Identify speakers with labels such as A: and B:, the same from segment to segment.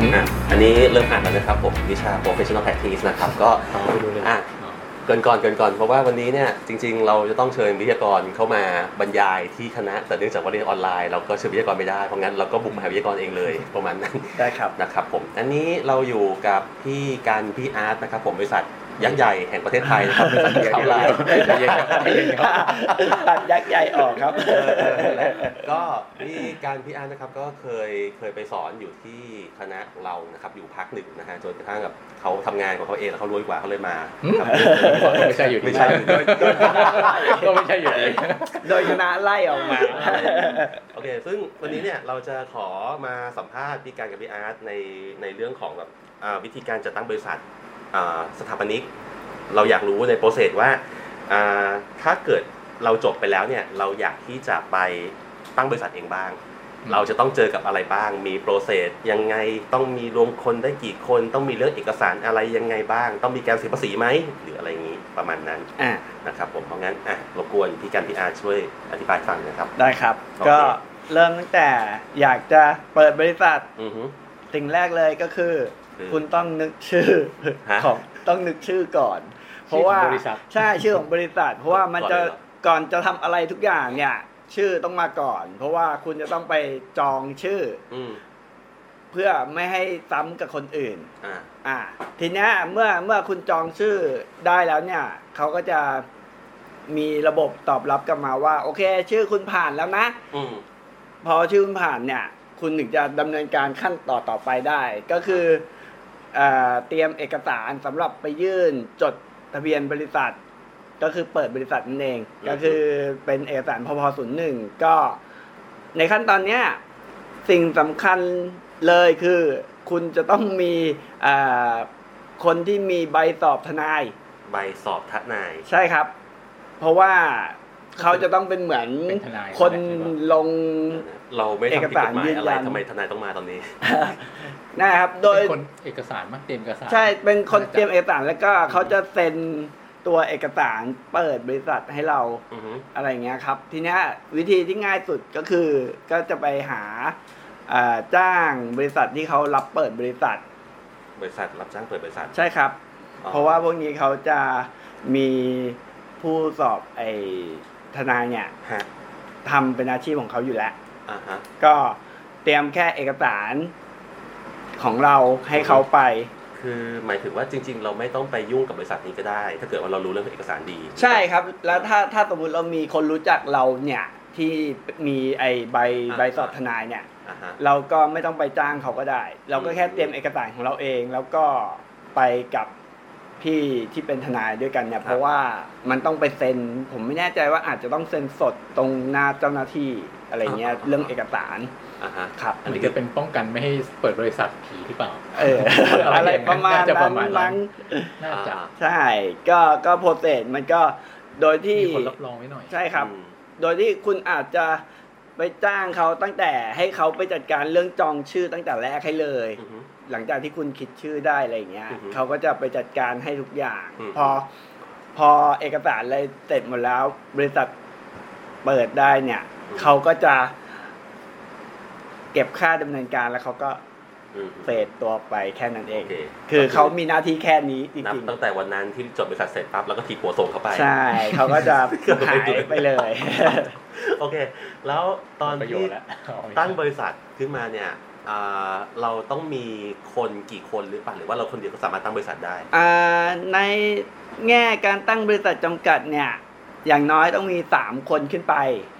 A: นี้เริ่มอ่านแล้วนะครับผมวิชา professional practice นะครับก็
B: ไปดูเลย
A: อ่ะ
B: อ๋อ
A: เกินก่อนเกินก่อนเพราะว่าวันนี้เนี่ยจริง ๆ เราจะต้องเชิญวิทยากรเข้ามาบรรยายที่คณะ แต่เนื่องจากว่าเรียนออนไลน์เราก็เชิญวิทยากรไม่ได้เพราะงั้นเราก็บุกมาหาวิทยากรเองเลยประมาณนั้น
B: ได้ครับ
A: นะครับผมอันนี้เราอยู่กับพี่การพี่อาร์ตนะครับผมบริษัทยักษ์ใหญ่แห่งประเทศไทยนะครับบริษัท
B: เดี๋ยว
A: เขาลาย
B: เดี๋ยว ตัดยักษ์ใหญ่ออกครับ
A: ก็พี่การพี่อาร์ตนะครับก็เคยเคยไปสอนอยู่ที่คณะเรานะครับอยู่พักหนึ่งนะฮะจนกระทั่งแบบเขาทำงานของเขาเองแล้วเขารวยกว่าเขาเลยมาครับ
C: ไม่ใช่อยู่ดี
A: ไม่ใช่
B: โดยโดยคณะไล่
C: ก็ไม่ใช่อยู่ดี
B: โดยคณะไล่ออกมา
A: โอเค ซึ่งวันนี้เนี่ยเราจะขอมาสัมภาษณ์พี่การกับพี่อาร์ตในในเรื่องของแบบอ่าวิธีการจัดตั้งบริษัทอ่าสถาปนิก เราอยากรู้ในโปรเซสว่าอ่า ถ้าเกิดเราจบไปแล้วเนี่ยเราอยากที่จะไปตั้งบริษัทเองบ้าง เราจะต้องเจอกับอะไรบ้าง มีโปรเซสยังไงต้องมีรวมคนได้กี่คน ต้องมีเรื่องเอกสารอะไรยังไงบ้าง ต้องมีการเสียภาษีไหมหรืออะไรอย่างนี้ประมาณนั้น
B: อ่า
A: นะครับผมเพราะงั้นอ่ะรบกวนพี่การพี่อาร์ช่วยอธิบายฟังนะครับ
B: ได้ครับ
A: โอเค
B: ก็เริ่มตั้งแต่อยากจะเปิดบริษัท
A: อือฮึ
B: สิ่งแรกเลยก็คือ
A: คือ
B: คุณต้องนึกชื่อ
A: ฮะ
B: ของต้องนึกชื่อก่อน เพราะว่า
C: ชื่อของบริษัท
B: ใช่ชื่อของบริษัท เพราะว่ามันจะ
A: ก่อนเลยเหรอ
B: ก่อนจะทำอะไรทุกอย่างเนี่ย ชื่อต้องมาก่อน เพราะว่าคุณจะต้องไปจองชื่อ
A: อืม
B: เพื่อไม่ให้ซ้ำกับคนอื่น
A: อ่า
B: อ่าทีเนี้ยเมื่อเมื่อคุณจองชื่อได้แล้วเนี่ยเขาก็จะมีระบบตอบรับกลับมาว่า โอเค ชื่อคุณผ่านแล้วนะ
A: อืม
B: พอชื่อคุณผ่านเนี่ย คุณถึงจะดำเนินการขั้นต่อต่อไปได้ ก็คือเอ่อเตรียมเอกสารสำหรับไปยื่นจดทะเบียนบริษัท ก็คือเปิดบริษัทนั่นเอง
A: อืม
B: ก็คือเป็นเอกสารพพศูนย์หนึ่งก็ในขั้นตอนเนี้ยสิ่งสำคัญเลยคือ คุณจะต้องมีเอ่อคนที่มีใบสอบทนาย
A: ใบสอบทนาย
B: ใช่ครับ เพราะว่าเขาจะต้องเป็นเหมือน
C: เป็นทนาย
B: คน
C: ใช่ไหม
B: ลง
A: เราไม่ทำผิดกฎหมาย
B: เอกสารยืน
A: อะไร
B: ยัน
A: ทำไมทนายต้องมาตอนนี้
B: นะครับ โดย
C: เป็นคนเอกสารมั้ยเตรียมเอกสาร
B: ใช่ เป็นคนเตรียมเอกสารแล้วก็เขาจะเซ็นตัวเอกสารเปิดบริษัทให้เรา
A: อือฮึ
B: อะไรอย่างเงี้ยครับ ทีเนี้ยวิธีที่ง่ายสุดก็คือก็จะไปหาเอ่อจ้างบริษัทที่เขารับเปิดบริษัท
A: บริษัทรับจ้างเปิดบริษัท
B: ใช่ครับ
A: อ๋อ
B: เพราะว่าพวกนี้เขาจะมีผู้สอบไอ้ทนายเนี่ย
A: ฮะ
B: ทำเป็นอาชีพของเขาอยู่แล้ว
A: อ่าฮะ
B: ก็เตรียมแค่เอกสารของเราให้เขาไป
A: คือหมายถึงว่าจริง ๆ เราไม่ต้องไปยุ่งกับบริษัทนี้ก็ได้ ถ้าเกิดว่าเรารู้เรื่องเอกสารดี
B: ใช่ครับ แล้วถ้าถ้าสมมติเรามีคนรู้จักเราเนี่ยที่มีไอใบใบสอบทนายเนี่ย
A: อ่าฮะ
B: เราก็ไม่ต้องไปจ้างเขาก็ได้ เราก็แค่เตรียมเอกสารของเราเอง แล้วก็ไปกับพี่ที่เป็นทนายด้วยกันเนี่
A: ค
B: ย
A: รับ
B: เพราะว่ามันต้องไปเซ็น ผมไม่แน่ใจว่าอาจจะต้องเซ็นสดตรงหน้าเจ้าหน้าที่อะไรเงี้ยเรื่องเอกสาร
A: อ่าฮะ
B: ครับ
C: อันนี้จะเป็นป้องกันไม่ให้เปิดบริษัทผีหรือเปล่า
B: เอ อ อะไรประมาณ
C: น่าจะประมาณนั้น
B: นั้น
C: น่าจะ
A: อ่า
B: ใช่ก็ก็โปรเซสมันก็โดยที่
C: มีคนรับรองไว้หน่อย
B: ใช่ครับ
A: อืม
B: โดยที่คุณอาจจะไปจ้างเขาตั้งแต่ให้เขาไปจัดการเรื่องจองชื่อตั้งแต่แรกให้เลย
A: อือฮึ
B: หลังจากที่คุณคิดชื่อได้อะไรอย่างเงี้ย
A: อือฮึ
B: เขาก็จะไปจัดการให้ทุกอย่าง
A: อืม
B: พอพอเอกสารอะไรเสร็จหมดแล้ว บริษัทเปิดได้เนี่ยเขาก็จะ เก็บค่าดำเนินการแล้วเขาก็
A: อืม
B: เฟดตัวไปแค่นั้นเอ
A: โอง เค
B: คือเขามีหน้าที่แค่นี้จ
A: นับ
B: ริง
A: ตั้งแต่วันนั้นที่จดบริษัทเสร็จปั๊บแล้วก็ถีบหัวส่งเข้าไป
B: ๆใช่เขาก็จะ
A: เกือบ
B: หาย
A: ไม่เหลือ
B: ไปเลย
A: โอเค แล้วตอน
C: ประโย
A: ที่
C: ชน์แล้ว
A: ตั้งบริษัทขึ้นมาเนี่ยอ่าเราต้องมีคนกี่คนหรือเปล่าหรือว่าเราคนเดียวก็สามารถตั้งบริษัทได้
B: อ่าในแง่การตั้งบริษัทจำกัดเนี่ย อย่างน้อยต้องมี 3 คนขึ้นไป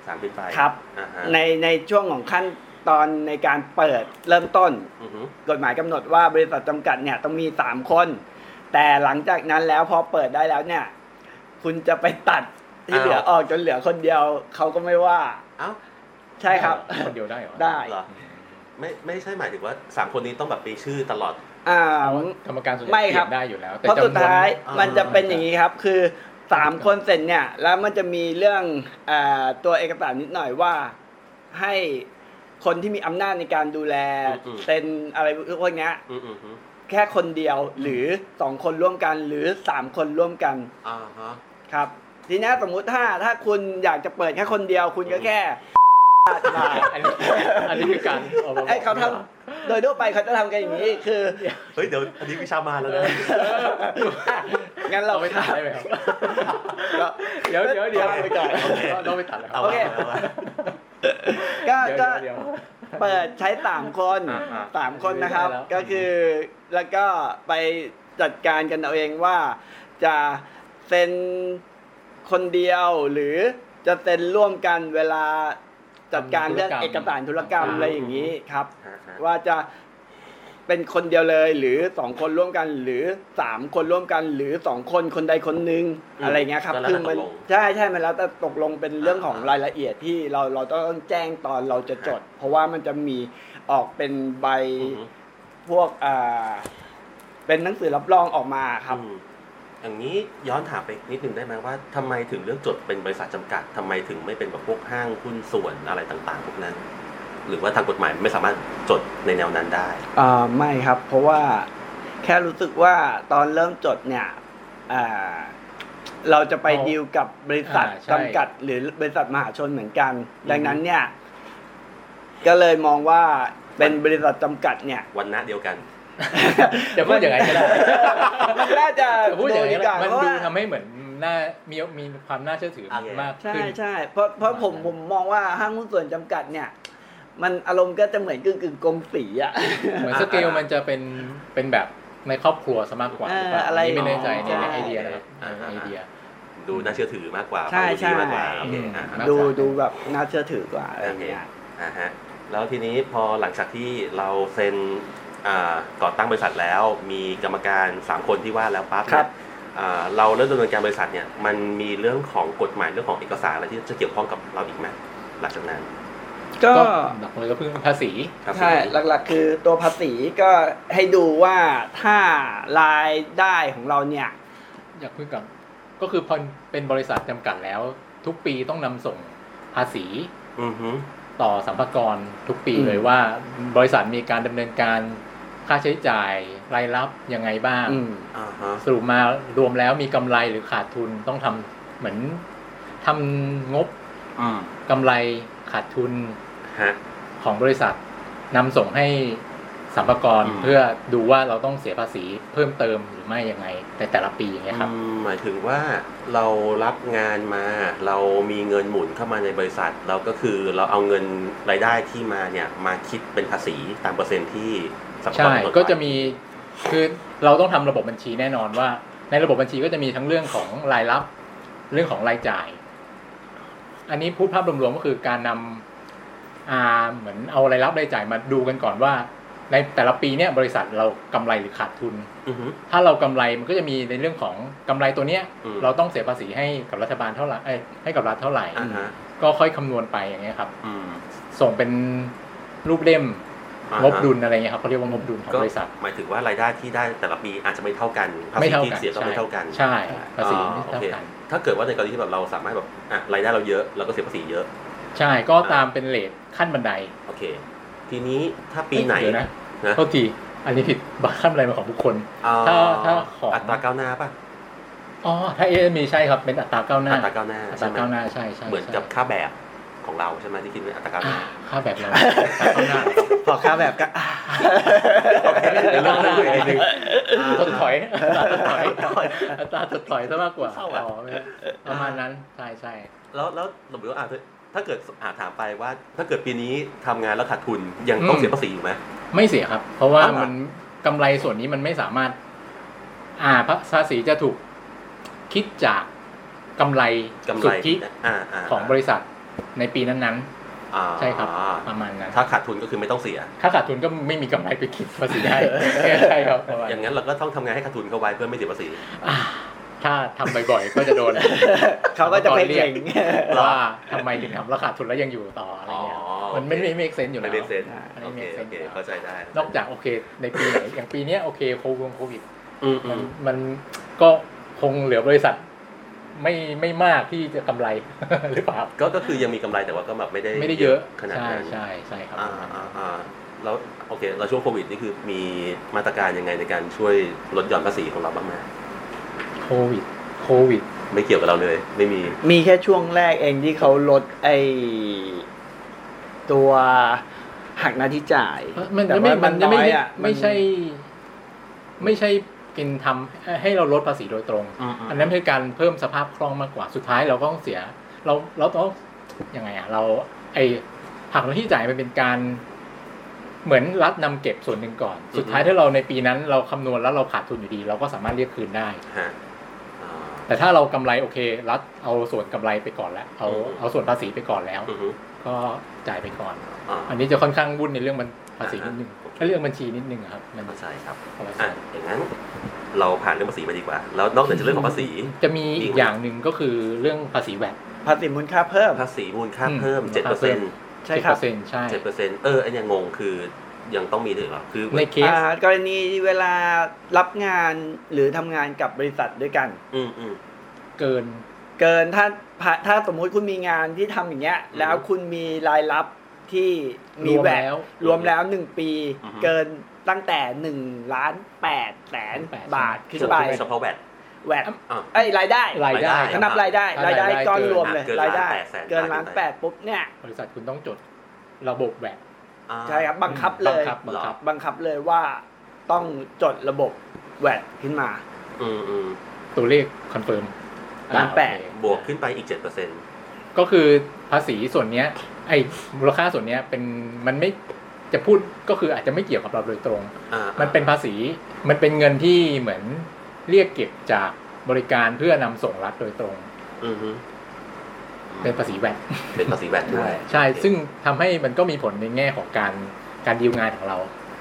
A: สามขึ้นไป
B: ครับ
A: อ่าฮะ
B: ในในช่วงของขั้นตอนในการเปิดเริ่มต้น
A: อือฮึ
B: กฎหมายกำหนดว่าบริษัทจำกัดเนี่ยต้องมี 3 คน แต่หลังจากนั้นแล้วพอเปิดได้แล้วเนี่ย คุณจะไปตัดที่
A: อ้าว
B: เหลือออกจนเหลือคนเดียวเขาก็ไม่ว่า
A: เอ้า
B: ใช่ครับ
C: คนเดียวได้เหรอ
B: ได้
A: เหรอ ไม่ไม่ใช่หมายถึงว่าสามคนนี้ต้องแบบมีชื่อตลอด
B: อ่า
C: เอากรรมการส่วนใหญ่
B: ไม่ครับ
C: เปลี่ยนได้อยู่แล้ว
B: เพราะ
C: จำนวน
B: สุดท้าย
A: อ่ามั
B: มันจะเป็นอย่างนี้ครับ คือสามคนเสร็จเนี่ยแล้วมันจะมีเรื่องเออตัวเอกสารนิดหน่อยว่าให้คนที่มีอำนาจในการดูแล
A: อืม
B: เซ็นอะไรพวกเนี้ย
A: อืมอืมอืม
B: แค่คนเดียวหรือสองคนร่วมกันหรือสามคนร่วมกัน
A: อ่าฮะ
B: ครับ ทีเนี้ยสมมุติถ้าถ้าคุณอยากจะเปิดแค่คนเดียว คุณก็
A: อืม
B: แค่ าดมา
C: อันนี้อันนี้คือการออกมาบอก
B: ไอ้เขาทำโดยทั่วไปเขาจะทำกันอย่างนี้คือ
A: เฮ้ยเดี๋ยวอันนี้วิชามารแล้วนะ
B: งั้นเรา
C: เราไปตัดได้ไหมครับ
B: ก็
C: เดี๋ยวเดี๋ยวเดี๋ยว
B: เอาไปก่อน
C: โอเคเราไปตัดแล้วครั
A: เอาวะ
C: บ
B: โอเค
A: เอาวะ
B: ก็
C: เดี๋ยว
B: ก็
C: เดี๋ยว
B: เปิดใช้สามคน
A: อ่าอ่า
B: สามคนนะครับ
C: ไม่ได้แล้ว
B: ก็คือแล้วก็ไปจัดการกันเอาเองว่าจะเซ็นคนเดียวหรือจะเซ็นร่วมกันเวลาจัดการเรื่องเอกสารธุรกรรมอะไรอย่างนี้ครับ
A: ฮะฮะ
B: ว่าจะเป็นคนเดียวเลยหรือสองคนร่วมกันหรือสามคนร่วมกันหรือสองคนคนใดคนหนึ่งอะไรเงี้ยครับ
A: แล้ว
B: คื
A: แต่
B: อมั
A: ตก
B: น
A: ลง
B: ใช่ใช่มันแล้วแต่ตกลงเป็นเรื่องของรายละเอียดที่เราเราต้องแจ้งตอนเราจะจด เพราะว่ามันจะมีออกเป็นใบ
A: อือฮึ
B: พวกอ่าเป็นหนังสือรับรองออกมาครับ
A: อืมอย่างนี้ย้อนถามไปนิดนึงได้ไหมว่าทำไมถึงเลือกจดเป็นบริษัทจำกัดทำไมถึงไม่เป็นแบบพวกห้างหุ้นส่วนอะไรต่างๆพวกนั้น หรือว่าทางกฎหมายไม่สามารถจดในแนวนั้นได้
B: อ่าไม่ครับ เพราะว่าแค่รู้สึกว่าตอนเริ่มจดเนี่ยอ่าเราจะไป
C: เอา
B: ดีลกับบริษัท
C: อ่าใช่
B: จำกัด หรือบริษัทมหาชนเหมือนกัน ดังนั้นเนี่ย ก็เลยมองว่าเป็นบริษัทจำกัดเนี่ย
A: วันณะเดียวกัน
C: เดี๋ยวพูดอย่างไรก็ได้
B: มันน่าจะ
C: แต่พูดอย่างไร
B: ดี
C: ก็
B: ก
C: ได้
B: ว่า
C: มัน
B: เพราะ
C: ดู
B: ว่า
C: ทำให้เหมือนหน้ามีมีความน่าเชื่อถือมาก
B: ใช่
C: ขึ้น
B: ใช่เพราะเพราะผม
C: ประมาณนั้น
B: ผมมองว่าห้างหุ้นส่วนจำกัดเนี่ย มันอารมณ์ก็จะเหมือนกึ่งกึ่งๆกลมสีอะ
C: เหมือนสเกลมันจะเป็นเป็นแบบในครอบครัวซะมากกว่า
B: เออ
C: หรือเปล่า
B: อะไร
C: นนี้ไม่แน่ใจในใน
B: ใช่
C: ไอเดียนะครับ
A: อ่า
C: ในไอเดีย
A: ดูน่าเชื่อถือมากกว่า
B: ใช่
A: ดูดี
B: ใช่
A: มากกว่าโอเคอ่ะ
C: อืม
B: ดูดูแบบน่าเชื่อถือกว่าอะไรอย่างเงี้ย
A: อ่ะฮะแล้วทีนี้พอหลังจากที่เราเซ็นอ่าก่อตั้งบริษัทแล้ว มีกรรมการ 3 คนที่ว่าแล้วปั๊บ
B: ครั
A: เนี่ย
B: บ
A: อ่าเราเริ่มดำเนินการบริษัทเนี่ยมันมีเรื่องของกฎหมายเรื่องของเอกสารอะไรที่จะเกี่ยวข้องกับเราอีกไหมหลังจากนั้น
B: ก็
C: ก็หลักเลยก็เพิ่งภาษี
A: ครับผม
B: ใช่ หลักๆ คือตัวภาษีก็ให้ดูว่าถ้ารายได้ของเราเนี่ย
C: อยากพูดกับก็คือพอเป็นบริษัทจำกัดแล้ว ทุกปีต้องนำส่งภาษี
A: อือฮึ
C: ต่อสัมภากรทุกปี
B: อืม
C: เลยว่า บริษัทมีการดำเนินการค่าใช้จ่ายรายรับยังไงบ้าง
A: อ่าฮะ
C: สรุปมารวมแล้วมีกำไรหรือขาดทุนต้องทำเหมือนทำงบกำไรขาดทุน
A: ฮะ
C: ของบริษัทนำส่งให้สัมภากร
A: อืม
C: เพื่อดูว่าเราต้องเสียภาษีเพิ่มเติมหรือไม่ยังไงในแต่ละปีอย่างเงี้ยครับ
A: อืมหมายถึงว่าเรารับงานมา เรามีเงินหมุนเข้ามาในบริษัท เราก็คือเราเอาเงินรายได้ที่มาเนี่ยมาคิดเป็นภาษีตามเปอร์เซ็นต์ที่สัมภา
C: ใช่
A: ระกำหนดไว้
C: ก็จะมี คือเราต้องทำระบบบัญชีแน่นอนว่า ในระบบบัญชีก็จะมีทั้งเรื่องของรายรับ เรื่องของรายจ่าย อันนี้พูดภาพรวมๆก็คือการนำอ่าเหมือนเอารายรับรายจ่ายมาดูกันก่อนว่า ในแต่ละปีเนี่ยบริษัทเรากำไรหรือขาดทุน
A: อือฮึ
C: ถ้าเรากำไรมันก็จะมีในเรื่องของกำไรตัวเนี้ย
A: อืม
C: เราต้องเสียภาษีให้กับรัฐบาลเท่าไหร่เอ้ยให้กับรัฐเท่าไหร่
A: อ่าฮะ
C: ก็ค่อยคำนวณไปอย่างเงี้ยครับ
A: อืม
C: ส่งเป็นรูปเล่ม
A: อ่าฮะ
C: งบดุลอะไรเงี้ยครับเขาเรียกว่างบดุลของบริษัท
A: หมายถึงว่ารายได้ที่ได้แต่ละปีอาจจะไม่เท่ากันภา
C: ไม่
A: ษีที่
C: เท่ากัน
A: เสียก็ไม่เท่ากัน
C: ใช่ภาษี
A: อ๋อ
C: ไม่
A: โอ
C: เท่า
A: เค
C: กัน
A: ถ้าเกิดว่าในกรณีที่แบบเราสามารถแบบอ่ะรายได้เราเยอะเราก็เสียภาษีเยอะ
C: ใช่ก็ตามเป็นเลทขั้นบันได
A: โอเค ทีนี้ถ้าปีไหน
C: เดี๋ยวนะ
A: นะ
C: โทษทีอันนี้ผิดบัตรขั้นบันไดมาของบุคคล
A: อ่
C: ถ้าถ้าของ
A: อัตราก้าวหน้าป่ะ
C: อ๋อถ้าเอมีใช่ครับเป็นอัตราก้าวหน้า
A: อัตราก้าวหน้า
C: อัต
A: ใช่
C: รา
A: ไหม
C: ก้าวหน้าใช่ใช่
A: เหมือนกับค่าแบบของเราใช่ไหมที่คิดเป็นอัตราการ
C: อ่า
A: เงิน
C: ค่าแบบเราอัตราก้าวหน้า
B: พอค่าแบบก็ อ่า
A: โอเค
C: เดี๋ยวเรื่องหน้าอีกนิดนึง
A: า
C: ถดถอยอัตราถดถอยอัตราถดถอยซะมากกว่า
A: เศร้าอะ
C: อ๋อไม่ประมาณนั้นใช่ใช่
A: แล้วแล้วสมมติว่าอ่ะถ้าเกิดอ่าถามไปว่า ถ้าเกิดปีนี้ทำงานแล้วขาดทุนยังต้องเสียภาษีอยู่ไหม
C: ไม่เสียครับ เพราะว่า
A: อ้าวเหรอ
C: มันกำไรส่วนนี้มันไม่สามารถ อ่าภาษีจะถูกคิดจากกำไร
A: กำไร
C: สุทธิ
A: อ่าา
C: ของบริษัทในปีนั้น
A: อ่า
C: ๆ ใช่ครับ ประมาณนั้น
A: ถ้าขาดทุนก็คือไม่ต้องเสีย
C: ถ้าขาดทุนก็ไม่มีกำไรไป คิดภาษีได้ ใช่ครับประมาณ
A: อย่างนั้นเราก็ต้องทำงานให้ขาดทุนเข้าไว้เพื่อไม่เสียภาษี
C: อ่าถ้าทำบ่อยๆ ก็จะโดน
B: เขาก็จะไปเก่ง
C: ว่าทำไมถึงทำราคาดทุนแล้วยังอยู่ต่ออะไรเงี้ย
A: อ๋อ
C: มันไม่ไม่เมกเซนอยู่แล้
A: ไม่
C: ว
A: เป็นเซน
C: อันนี้
A: โอเค
C: make
A: โอเค
C: sense อยู่แล้ว
A: เข้าใจได้
C: นอกจากโอเค ในปีไหนอย่าง ปีเนี้ยโอเคโควงโควิด
A: อืมอื
C: มัน
A: ม
C: มันก็คงเหลือบริษัท ไม่ไม่มากที่จะกำไร หรือเปล่า
A: ก็ก็คือยังมีกำไรแต่ว่าก็แบบไม่ได้
C: ไม่ได้เยอะ
A: ขนาด
C: ใช่
A: นั้น
C: ใช่ใช่ครับ
A: อ่าอ่าอ่าแล้วโอเคเราช่วงโควิดนี่คือมีมาตรการยังไงในการช่วยลดหย่อนภาษีของเราบ้างไหม
C: โควิด โควิด
A: ไม่เกี่ยวกับเราเลย ไม่มี
B: มีแค่ช่วงแรกเองที่เขาลดไอ ตัวหักหน้าที่จ่าย
C: เอ้ยมัน
B: แต่
C: ยังไม่
B: ว่ามั
C: มัน นยังไม่
B: น้อยอะมัน
C: ไม่ใช่ ไม่ใช่เป็นทำให้เราลดภาษีโดยตรง อันนั้นเป็นการเพิ่มสภาพคล่องมากกว่า สุดท้ายเราก็ต้องเสีย เราเราต้องยังไงอ่ะ เรา ไอหักหน้าที่จ่ายมันเป็นการ เหมือนรัฐนำเก็บส่วนหนึ่งก่อน สุดท้ายถ้าเราในปีนั้น เราคำนวณแล้วเราขาดทุนอยู่ดี เราก็สามารถเรียกคืนได้
A: ฮะอ่า
C: แต่ถ้าเรากำไรโอเค รัฐเอาส่วนกำไรไปก่อนแล้ว เอา
A: อืม
C: เอาส่วนภาษีไปก่อนแล้ว
A: อือฮึ
C: ก็จ่ายไปก่อน
A: อ่า
C: อันนี้จะค่อนข้างวุ่นในเรื่องมันภาษีนิดนึง
A: อ่าฮะ
C: และเรื่องบัญชีนิดนึงอะครับมัน
A: เข้าใจครับ
C: คนละส่
A: อ่ะ
C: วน
A: อย่างนั้นเราผ่านเรื่องภาษีมาดีกว่า แล้วนอกเหนือจากเรื่องของภาษี
C: จะมีอีกอย่างหนึ่งก็คือเรื่องภาษีแวด
B: ภาษีมูลค่าเพิ่ม
A: ภาษีมูลค่าเพิ่ม
C: อืม
A: เจ็ดเปอร์เซ็นต์
B: ใช่ครับ
C: 10%ใช่
A: เจ็ดเปอร์เซ็นต์เอออันยังงงคือยังต้องมีด้วยเหรอคือ
C: ในเคส
B: อ่ากรณีเวลารับงานหรือทำงานกับบริษัทด้วยกัน
A: อืมอืม
C: เกิน
B: เกินถ้าถ้าสมมุติคุณมีงานที่ทำอย่างเงี้ย
A: อืม
B: แล้วคุณมีรายรับที่มี
C: รวม
B: แหว
C: แล้
B: ก
C: ว
B: รวมแล้วหนึ่งปี
A: อือฮึ
B: เกินตั้งแต่หนึ่งล้านแปดแสน
C: แปดแสน
B: บาทขึ้น
A: เฉ
B: ไป
A: พาะเฉพาะแวด
B: แหวก
A: อ่ะ
B: ไอ้ยรายได้
C: รายได้
A: รายได้
B: ถ้านับรายได้ราร
C: ายยได้
B: ได้ก้อน
C: เกิน
B: รวมเลย
A: เกิน
B: รายได้
A: ล้านแปดแสน
B: เกินล้าน
A: ขึ้นไป
B: แปดปุ๊บเนี่ย
C: บริษัทคุณต้องจดระบบแวด
A: อ่า
B: ใช่ครับบังคับเลย
C: บังคับบังคับ
B: บังคับเลยว่าต้องจดระบบแหวกขึ้นมา
A: อืมอืม
C: ตัวเลขคอนเฟิร์ม
B: ล้านแปด
C: อ่าโอเค
A: บวกขึ้นไปอีกเจ็ดเปอร์เซ็นต์
C: ก็คือภาษีส่วนเนี้ย ไอ้มูลค่าส่วนเนี้ยเป็นมันไม่จะพูดก็คืออาจจะไม่เกี่ยวกับเราโดยตรง
A: อ่า
C: มันเป็นภาษีมันเป็นเงินที่เหมือนเรียกเก็บจากบริการเพื่อนำส่งรัฐโดยตรง
A: อืมฮึ
C: เป็นภาษีแวด
A: เป็นภาษีแวดด้วย
C: ใช่
A: โอเค
C: ซึ่งทำให้มันก็มีผลในแง่ของการการดีลงานของเรา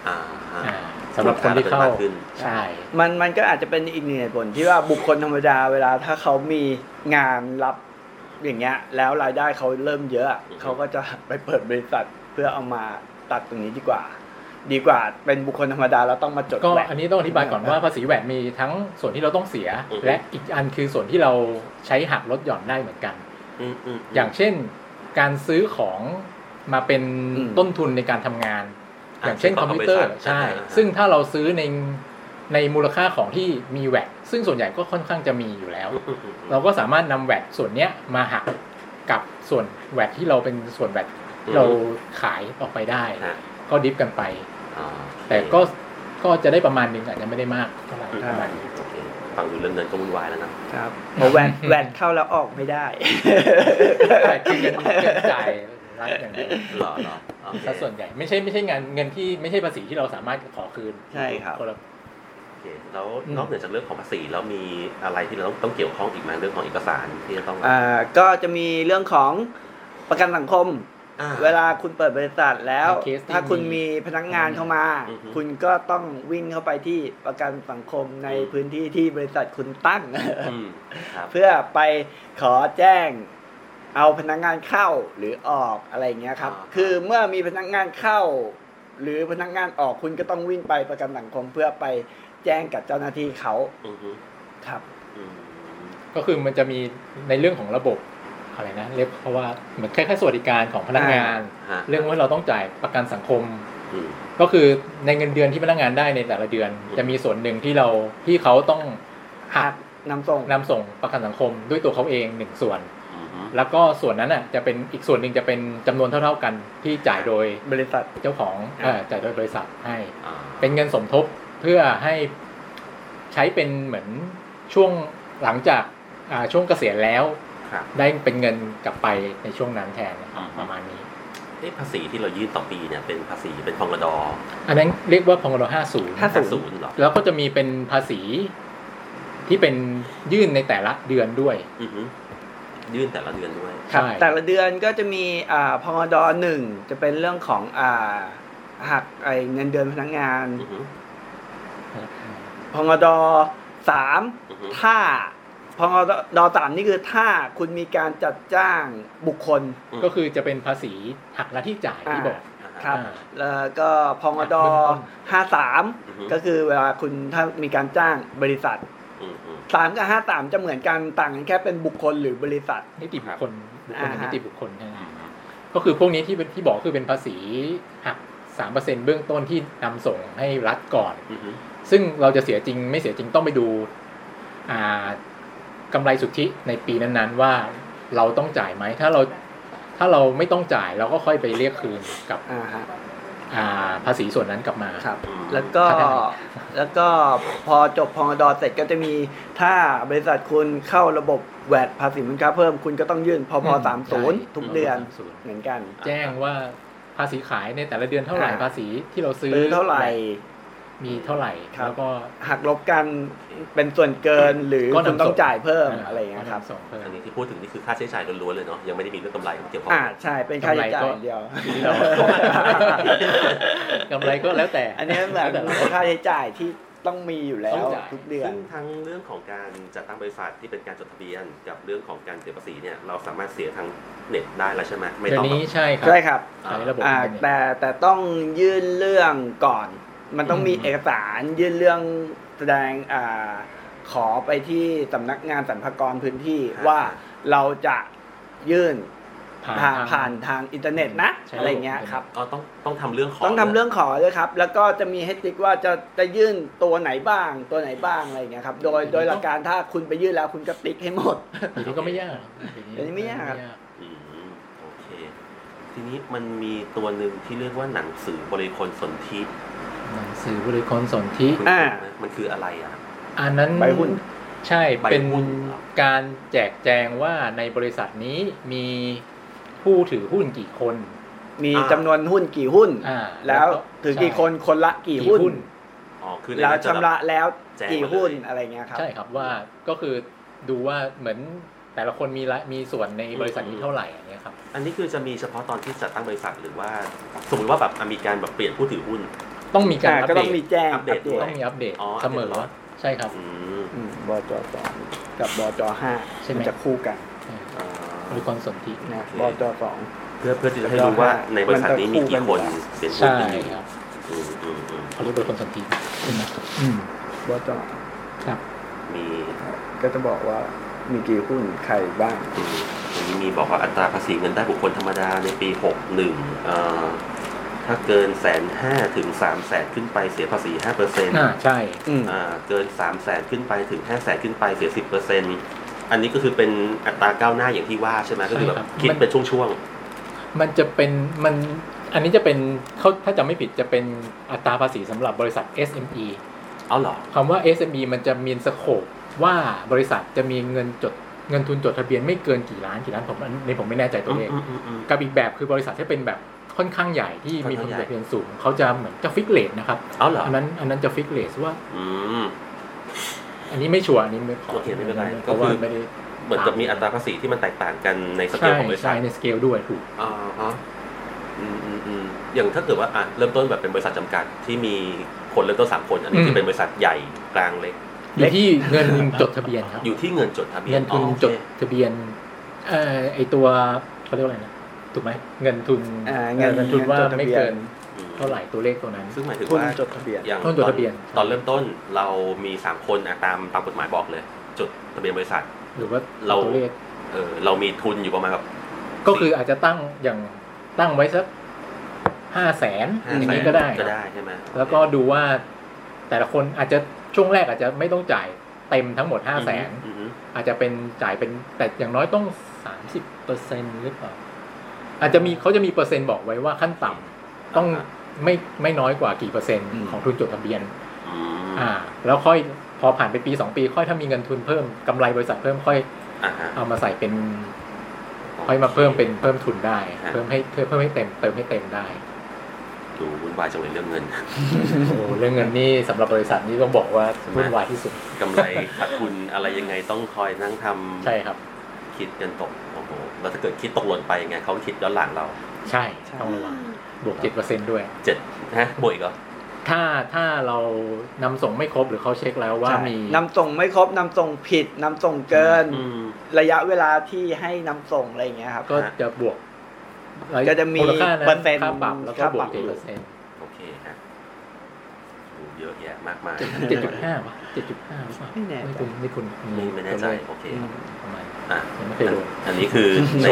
A: อ่าฮะ
C: อ่าสำหรับคนที่เข้า
A: มูลค่รป็มกขึ้น
C: ใช่
B: มันมันก็อาจจะเป็นอีกหนึ่งเหตุผลที่ว่าบุคคลธรรมดาเวลาถ้าเขามีงานรับอย่างเงี้ย แล้วรายได้เขาเริ่มเยอะ
A: อืม
B: เขาก็จะไปเปิดบริษัทเพื่อเอามาตัดตรงนี้ดีกว่า ดีกว่าเป็นบุคคลธรรมดาแล้วต้องมาจด
C: ก็
B: แหว
C: อันนี้ต้องอธิบายก่อนว่าภาษีแวดมีทั้งส่วนที่เราต้องเสีย
A: อืม
C: และอีกอันคือส่วนที่เราใช้หักลดหย่อนได้เหมือนกัน
A: อืมอืมม
C: อย่างเช่น การซื้อของมาเป็นต้นทุนในการทำงาน
A: อ่ะ
C: อย่างเช่น
A: ซื้อข
C: คอ
A: อ
C: ม
A: ง
C: พิวเตอร์
A: ของบริษัท
C: ใช่
A: อ่าฮะ
C: ซึ่งถ้าเราซื้อในในมูลค่าของที่มีแวดซึ่งส่วนใหญ่ก็ค่อนข้างจะมีอยู่แล้ว
A: อืมอืมอืม
C: เราก็สามารถนำแวดส่วนเนี้ยมาหักกับส่วนแวดที่เราเป็นส่วนแวดเราขายออกไปได้
A: ฮะ
C: ก็ดิฟกันไป
A: อ่า
C: แต่ก็ก็จะได้ประมาณหนึงอาจจะไม่ได้มากเท่าไหร่
A: อืม
C: ประมาณนี้
A: โอเคฟังดูเรื่องเงินก็วุ่นวายแล้วนะ
B: ครับเพราะแหวนแหวนเข้าแล้วออกไม่ได้
C: แต่คือเงินเงินจ่ายรัฐอย่างเดียว
A: หรอหรอโอเค
C: ซะส่วนใหญ่ไม่ใช่ไม่ใช่งานเงินที่ไม่ใช่ภาษีที่เราสามารถขอคืน
B: ใช่ครับ
C: นละ
A: โอเคแล้วนอกเหนือจากเรื่องของภาษีแล้วมีอะไรที่เราต้องต้องเกี่ยวข้องอีกไหมเรื่องของเอกสารที่จะต้อง
B: อ่าก็จะมีเรื่องของประกันสังคม
A: อ่
B: เวลาคุณเปิดบริษัทแล้ว
C: ในเคสที่
B: ถ้าคุณ
C: มี
B: มีพนักงานเข้ามา
A: อือฮึ
B: คุณก็ต้องวิ่งเข้าไปที่ประกันสังคมใน
A: อืม
B: พื้นที่ที่บริษัทคุณตั้ง
A: อืมครับ
B: เพื่อไปขอแจ้ง เอาพนักงานเข้าหรือออกอะไรอย่างเงี้ยครับ
A: อ่า
B: คือเมื่อมีพนักงานเข้า หรือพนักงานออกคุณก็ต้องวิ่งไปประกันสังคมเพื่อไปแจ้งกับเจ้าหน้าที่เขา
A: อือฮึ
B: ครับ
A: อืม
C: ก็คือมันจะมีในเรื่องของระบบอะไรนะเรียกเพราะว่าเหมือนคล้ายๆสวัสดิการของพนักงาน
A: ฮะ
C: เรื่องว่าเราต้องจ่ายประกันสังคม
A: อืม
C: ก็คือในเงินเดือนที่พนักงานได้ในแต่ละเดือน
A: อืม
C: จะมีส่วนหนึ่งที่เราที่เขาต้องหัก
B: นำส่ง
C: นำส่งประกันสังคมด้วยตัวเขาเองหนึ่งส่วน
A: อืม
C: แล้วก็ส่วนนั้นอ่ะจะเป็นอีกส่วนหนึ่งจะเป็นจำนวนเท่า ๆกันที่จ่ายโดย
B: บริษัท
C: เจ้าของเอ่อจ่ายโดยบริษัทให้
A: อ่า
C: เป็นเงินสมทบเพื่อให้ใช้เป็นเหมือนช่วงหลังจากอ่าช่วงเกษียณแล้ว
A: ครับ
C: ได้เป็นเงินกลับไปในช่วงนั้นแทนนะครับ
A: อืม
C: ประมาณนี้
A: เอ๊ะภาษีที่เรายื่นต่อปีเนี่ยเป็นภาษีเป็นพองกระดอ
C: อันนั้นเรียกว่าพงศ50
B: 50
A: ศูนย์เหรอ
C: แล้วก็จะมีเป็นภาษีที่เป็นยื่นในแต่ละเดือนด้วย
A: อือฮึยื่นแต่ละเดือนด้วย
B: ครับ
C: ใช่
B: แต่ละเดือนก็จะมีอ่าพงดหนึ่งจะเป็นเรื่องของอ่าหักไอเงินเดือนพนักงาน
A: อือฮึ
B: พงดสาม
A: อือฮึ
B: ถ้าพงดสามนี่คือถ้าคุณมีการจัดจ้างบุคคล
C: ก็คือจะเป็นภาษีหักหน้าที่จ่ายที่บอก
A: อ่าฮะ
B: ครับ
C: อ่า
B: แล้วก็พงด
C: เบื้องต้น
B: ห้าสาม
A: อือฮึ
B: ก็คือเวลาคุณถ้ามีการจ้างบริษัท
A: อือฮึ
B: สามกับห้าสามจะเหมือนกันต่างกันแค่เป็นบุคคลหรือบริษัท
C: นิติบุคคลบุคคล
B: อ่าฮะ
C: นิติบุคคลนะ
A: อื
C: ครับ
A: อฮึ
C: ก็คือพวกนี้ที่เป็นที่บอกคือเป็นภาษีหักสามเปอร์เซ็นเบื้องต้นที่นำส่งให้รัฐก่อน
A: อือฮึ
C: ซึ่งเราจะเสียจริงไม่เสียจริงต้องไปดูอ่ากำไรสุทธิในปีนั้นๆ ว่าเราต้องจ่ายไหมถ้าเรา ถ้าเราไม่ต้องจ่ายเราก็ค่อยไปเรียกคืนกับ
B: อ่าฮะ
C: อ่าภาษีส่วนนั้นกลับมา
B: ครับ
A: อืม
B: แล้วก็
C: เข้าใจ
B: แล้วก็พอจบพองดอเสร็จก็จะมีถ้าบริษัทคุณเข้าระบบแวดภาษีมูลค่าเพิ่มคุณก็ต้องยื่นพพสามศูนย์ทุกเดือนเหมือนกัน
C: แจ้งว่าภาษีขายในแต่ละเดือนเท่าไหร่
B: อ่า
C: ภาษีที่เราซื้
B: ซื้อเท่าไหร่
C: มีเท่าไหร่
B: ครับ
C: แล้วก็
B: หักลบกันเป็นส่วนเกินหรือ
C: ก็นำ
B: คุณต้อ
C: ส่
B: ง
C: ง
B: จ่ายเพิ่มอะไรอย่างเงี้ยครับ
C: ก็นำส่งเพิ่ม
A: อันนี้ที่พูดถึงนี่คือค่าใช้จ่ายล้วนๆเลยเนาะยังไม่ได้มีเรื่องกำไรเกี่ยวข้อง
B: อ่าใช่เป็นค่าใช้จ่ายอย่างเดียว
C: กำไรก็แล้วแต่
B: อันนี้เหมือน
C: แล้วแต่เรา
B: ค่าใช้จ่ายที่ต้องมีอยู่แล้
C: ต้
B: ว
C: องจ่าย
B: ทุกเดือน
A: ซึ่งทั้งเรื่องของการจัดตั้งบริษัทที่เป็นการจดทะเบียนกับเรื่องของการเสียภาษีเนี่ยเราสามารถเสียทางเน็ตได้แล้วใช่ไหมไม่
C: เดี๋ย
A: ต้อ
C: ว
A: ง
C: นี้ใช่ครับ
B: ใช่ครับ
C: ใช้ระบบ
B: อ่า
C: เนี่ย
B: แต่แต่ต้องยื่นเรื่องก่อน มันต้องมี
C: อืม
B: เอกสารยื่นเรื่องแสดงอ่าขอไปที่สำนักงานสรรพากรพื้นที่ว่าเราจะยื่นผ่านผ่านทางอินเทอร์เน็ตนะ
C: ใช้ระบบ
B: อะไรเงี้ยครับ
A: อ๋อต้องต้องทำเรื่องขอ
B: ต้องทำเรื่องขอด้วยครับ แล้วก็จะมีให้ติ๊กว่าจะจะยื่นตัวไหนบ้าง ตัวไหนบ้างอะไรเงี้ยครับ โดยโดยหลักการถ้าคุณไปยื่นแล้วคุณก็ติ๊กให้หมด
C: เดี๋ยวนี้ก็ไม่ยาก
B: เดี๋ยวนี้ไม่ยาก
A: อืมโอเค ทีนี้มันมีตัวหนึ่งที่เรียกว่าหนังสือบริคลสนธิ
C: หนังสือบริคลสนธิ
A: คุณ
B: อ่า
A: รู้ไหมมันคืออะไรอ่ะ
C: อันนั้น
B: ใบหุ้น
C: ใช่
A: ใบหุ้น
C: เป็น
A: ครับ
C: การแจกแจงว่าในบริษัทนี้มีผู้ถือหุ้นกี่คน
B: มี
A: อ่า
B: จำนวนหุ้นกี่หุ้น
C: อ่า
B: แล้วถือกี่คนคนละกี่
C: กี่
B: หุ้น
C: หุ้น
A: อ๋อคือใน
B: แล้ว
A: นั้นจ
B: ชำระแล้ว
A: แจ้ง
B: กี่
A: มาเลย
B: หุ้นอะไรเงี้ยครับ
C: ใช่ครับว่าก็คือดูว่าเหมือนแต่ละคนมีละมีส่วนในบริษัทนี้เท่าไหร่อันเนี้ยครับ
A: อันนี้คือจะมีเฉพาะตอนที่จัดตั้งบริษัทหรือว่าสมมติว่าแบบมีการแบบเปลี่ยนผู้ถือหุ้น
C: ต้องมีการ
B: อ่า
C: อัป
B: ก็
C: เด
B: ต้องมี
C: ต
B: แจ้ง
A: อัปเดตด้วย
C: ต้องมีอัปเดต
A: อ๋ออั
C: เส
A: ป
C: ม
A: เดต
C: อ
A: เหรอ
C: ใช่ครับ
A: อืม
B: อืมบจสองกับบจห้า
C: ใช่ไหม
B: นจะคู่กัน
A: อ่า
C: บริคลสนธิ
B: นะ
A: โอบ เค
B: จสอง
A: เพื่อเพื่อที่จะให้รู้ว่าในบริษัทนี้มีกี่คนเป็นผู้
C: ใช่
A: ถือหุ้น
C: ครับ
A: อืมอืมอืม
C: เขาเรียกบริคลสนธิใช่ไหมอืม
B: บจ
C: ครับ
A: มี
B: ก็จะบอกว่ามีกี่หุ้นใครบ้าง
A: อืมวันนี้มีบอกว่าอัตราภาษีเงินได้บุคคลธรรมดาในปี 61เอ่อถ้าเกินแสนห้าถึงสามแสนขึ้นไปเสียภาษีห้าเปอร์เซ็นต์
C: อ่าใช่
B: อืม
A: เกินสามแสนขึ้นไปถึงห้าแสนขึ้นไปเสียสิบเปอร์เซ็นต์อันนี้ก็คือเป็นอัตราก้าวหน้าอย่างที่ว่าใช่ไหมก็คือแบบ
C: ใช่ครับ
A: คิดเป็นช่วง
C: มันจะเป็นมันอันนี้จะเป็นเขาถ้าจำไม่ผิดจะเป็นอัตราภาษีสำหรับบริษัท SME
A: ๆ เอาเหรอ
C: คำว่า SME มันจะมีสโคปว่าบริษัทจะมีเงินจดเงินทุนจดทะเบียนไม่เกินกี่ล้านกี่ล้านผมอันนี้ผมไม่แน่ใจตัวเลข กับอีกแบบคือบริษัทที่เป็นแบบค่อนข้างใหญ่ที่มี
A: ค่อน
C: คน
A: ข้างใหญ่
C: จดทะเบียนสูงเขาจะเหมือนจะฟิกเลทนะครับ
A: เอาเหรอ
C: อันนั้นอันนั้นจะฟิกเลทว่า
A: อืม
C: อันนี้ไม่ชัวร์อันนี้ไม่ขอ
A: โอเคไม่เป็นไร
C: เพราะว่า
A: ก็คือ
C: ไม่ได้
A: เหมือนกับมีอัตราภาษีที่มันแตกต่างกันในสเก
C: ใช่
A: ลของบริษั
C: ใช่
A: ท
C: ในสเกลด้วยถูก
A: อ่าฮะอืมอืมอืมอย่างถ้าเกิดว่าอ่ะเริ่มต้นแบบเป็นบริษัทจำกัดที่มีคนเริ่มต้นสามคน อันนี้
C: อืม
A: ที่เป็นบริษัทใหญ่กลางเล็ก
C: อยู่ที่เงินจดทะเบียนครับ
A: อยู่ที่เงินจดทะเบียน
C: เงินทุน
A: อ๋อโอเค
C: จดทะเบียนเอ่อไอตัวเขาเรียกว่าอะไรนะถูกไหมเงินทุน
B: อ่า
C: เอ่อ
B: เงิน
C: เงินทุนว่า
B: จดทะ
C: ไม่
B: บีย
C: เกิน
A: อืม
C: เท่าไหร่ตัวเลขตัวนั้น
A: ซึ่งหมายถึง
B: หุ้น
A: ว่า
B: จดทะเบียน
A: อย่าง
C: หุ้นจดทะเบียน
A: ตอนเริ่มต้นเรามีสามคนอ่ะตามตามกฎหมายบอกเลย จดทะเบียนบริษัท
C: หรือว่า
A: เรา
C: ตัวเลข
A: เออเรามีทุนอยู่ประมาณแบบ
C: ก็คืออาจจะตั้งอย่างตั้งไว้สักห้าแสน
A: ห้า
C: อย่าง
A: แส
C: นี้
A: น
C: ก็ได้
A: ก็ได้ใช่ไหม
C: แล้วก็ดูว่าแต่ละคนอาจจะช่วงแรกอาจจะไม่ต้องจ่ายเต็มทั้งหมดห้าแสน
A: อืมอืม
C: อาจจะเป็นจ่ายเป็นแต่อย่างน้อยต้องสามสิบเปอร์เซ็นหรือเปล่าอาจจะมีเขาจะมีเปอร์เซ็นต์บอกไว้ว่าขั้นต่ำต้อง
A: า
C: ไม่ไม่น้อยกว่ากี่เปอร์เซ็นต์
B: อืม
C: ของทุนจดทะเบียน
A: อืม
C: อ่า แล้วค่อยพอผ่านไปปีสองปี ค่อยถ้ามีเงินทุนเพิ่มกำไรบริษัทเพิ่มค่อย
A: อ่าฮะ
C: เอามาใส่เป็น ค่อยมาเพิ่มเป็นเพิ่มทุนได้ เพิ่มให้เพิ่มให้เต็มเติมให้เต็มได้
A: ดูวุ่นวายจังเลยเรื่องเงิน
C: โอ้เรื่องเงินนี่สำหรับบริษัทนี่ต้องบอกว่าวุ่นวายที่สุด
A: กำไรขาดทุนอะไรยังไงต้องคอยนั่งทำ
C: ใช่ครับ
A: คิดกันตกโอ้โหแล้วถ้าเกิดคิดตกหล่นไปยังไงเขาคิดย้อนหลังเรา
C: ใช่
B: ใช่
C: ต้องระวังบวกเจ็ดเปอร์เซ็นด้วย
A: เจ็ดฮะบวกอีกเหรอ
C: ถ้าถ้าเรานำส่งไม่ครบหรือเขาเช็คแล้วว่า
B: ใช่
C: มี
B: นำส่งไม่ครบนำส่งผิดนำส่งเกิน
A: อืม
B: ระยะเวลาที่ให้นำส่งอะไรอย่างเงี้ยครับ
C: ก็จะบวก
B: ก็จะมี
C: มูลค่านั้น
B: เปอร์เซ็นต์
C: ค่าปรับแล้วก็
B: ค่า
C: บ
B: ป
C: ว
B: รั
C: ก
B: บ
C: เจ็ดเปอร์เซ็น
A: โอเคฮะดูเยอะแยะมากมาย
C: เจ็ดจุดห้าวะเจ็ดจุดห้าหรือเปล่า
B: ไม่แน่ใจ
C: คุณไม่คุณ
A: ไม่ไม่แน่ใจ โอเค
B: อืม
C: ประมาณ
A: อ่ะ
C: ผมไม่
A: อั
C: เคย
A: น
C: โดน
A: อันนี้คือ ใน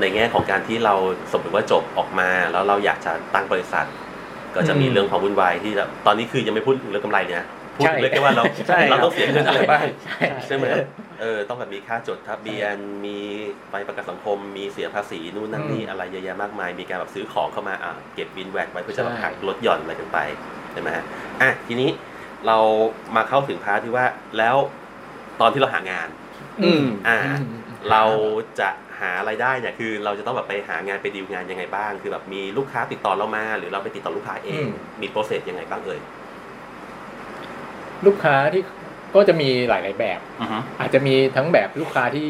A: ในแง่ของการที่เราสมมติว่าจบออกมาแล้วเราอยากจะตั้งบริษัท ก็จะมี
C: อืม
A: เรื่องของวุ่นวายที่แบบตอนนี้คือยังไม่พูดถึงเรื่องกำไรเนี่ยนะ พูดถึงเรื่องแค่ว่าเรา
B: ใช่
A: เราต้อง
B: ครับ
A: เสียเงินอะไรบ้าง
C: ใช่
A: ใช่ไหมเออต้องแบบมีค่าจดทะเบียนมีใบประกันสังคม มีเสียภาษีนู่นนั่นนี่
C: อืม
A: อะไรเยอะแยะมากมาย มีการแบบซื้อของเข้ามาอ่ะเก็บวินแวดไว้เพื่อจะแบบ
C: ใช่
A: หักลดหย่อนอะไรกันไปใช่ไหมฮะอ่ะทีนี้เรามาเข้าถึงพาร์ทที่ว่าแล้วตอนที่เราหางาน
B: อืม
A: อ่า
C: อืม
A: เราจะหารายได้เนี่ยคือเราจะต้องแบบไปหางานไปดีลงานยังไงบ้าง คือแบบมีลูกค้าติดต่อเรามา หรือเราไปติดต่อลูกค้าเอง
C: อืม
A: มีโปรเซสยังไงบ้างเอ่ย
C: ลูกค้าที่ก็จะมีหลาย ๆ แบบ
A: อือฮึ
C: อาจจะมีทั้งแบบลูกค้าที่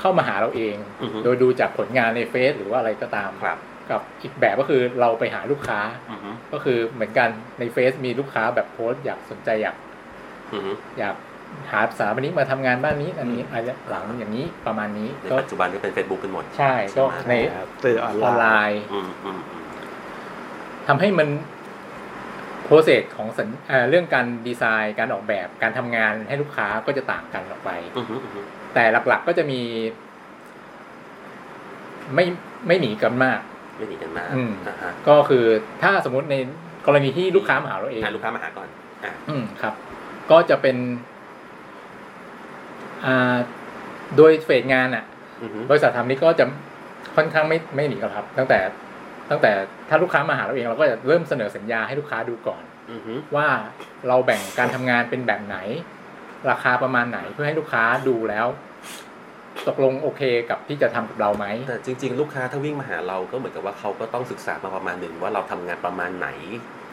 C: เข้ามาหาเราเอง
A: อือฮึ
C: โดยดูจากผลงานในเฟซหรือว่าอะไรก็ตาม
A: ครับ
C: กับอีกแบบก็คือเราไปหาลูกค้า
A: อือฮึ
C: ก็คือเหมือนกันในเฟซมีลูกค้าแบบโพสต์อยากสนใจอยาก
A: อือฮึ
C: อยากหาสถาปนิกมาทำงานบ้านนี้อันนี้อะไรหลังอย่างนี้ประมาณนี้
A: ใน
C: ก็
A: ปัจจุบันก็เป็น Facebook กันหมด
C: ใช่ก็ใน
B: ครับสื่อออ
C: อ
B: น
C: อน
B: ไล
C: ไล
B: น์
C: น์
A: อืมอืมอืม
C: ทำให้มันโปรเซสของสัญเอ่อเรื่องการดีไซน์การออกแบบการทำงานให้ลูกค้าก็จะต่างกันออกไป
A: อือฮึอือฮึ
C: แต่หลักๆก็จะมี ไม่ไม่หนีกันมาก
A: ไม่หนีกันมาก
C: อืม
A: อ่าฮะ
C: ก็คือถ้าสมมติในกรณีที่ลูกค้ามาหาเราเอง
A: หาลูกค้ามาหาก่อน อ่ะ
C: อืมครับ ก็จะเป็นอ่าโดยเฟสงานอ่ะ
A: อือฮึ
C: บริษัททำนี้ก็จะค่อนข้างไม่ไม่หนีกันครับ ตั้งแต่ตั้งแต่ถ้าลูกค้ามาหาเราเองเราก็จะเริ่มเสนอสัญญาให้ลูกค้าดูก่อน
A: อือฮึ
C: ว่าเราแบ่งการทำงานเป็นแบบไหน ราคาประมาณไหนเพื่อให้ลูกค้าดูแล้ว ตกลงโอเคกับที่จะทำกับเราไหม
A: แต่จริง ๆ ลูกค้าถ้าวิ่งมาหาเราก็เหมือนกับว่าเขาก็ต้องศึกษามาประมาณหนึ่งว่าเราทำงานประมาณไหน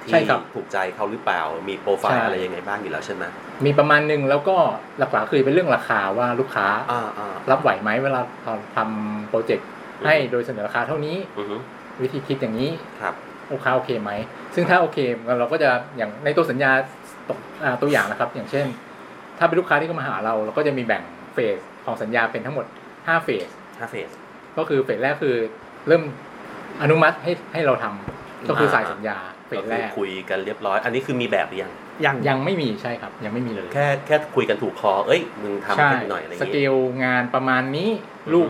A: ที่
C: ใช่ครับ
A: ถูกใจเขาหรือเปล่า มีโปรไฟ
C: ใช่
A: ล์อะไรยังไงบ้างอยู่แล้วใช่ไหม
C: มีประมาณหนึ่งแล้วก็หลักๆคือเป็นเรื่องราคาว่าลูกค้า
A: อ่าอ่า
C: รับไหวไหมเวลาเราทำโปรเจกต์ให้โดยเสนอราคาเท่านี้
A: อือฮึ
C: วิธีคิดอย่างนี้
A: ครับ
C: ลูกค้าโอเคไหม ซึ่งถ้าโอเคเราก็จะอย่างในตัวสัญญาตกอ่าตัวอย่างนะครับ อย่างเช่น ถ้าเป็นลูกค้าที่เข้ามาหาเรา เราก็จะมีแบ่งเฟสของสัญญาเป็นทั้งหมด5เฟส
A: ห้าเฟส
C: ก็คือเฟสแรกคือเริ่มอนุมัติให้ให้เราทำก็คือสายสัญญาเฟสแรก
A: คือคุยกันเรียบร้อย อันนี้คือมีแบบหรือยัง
B: อย่าง
C: ยังไม่มีใช่ครับ ยังไม่มีเลย
A: แค่แค่คุยกันถูกคอ เอ้ย มึงทำ
C: ใช่
A: ให้กูหน่อยอะไรอย่าง
C: สเก
A: งี้
C: ลงานประมาณนี้
A: อือฮึ
C: ลูก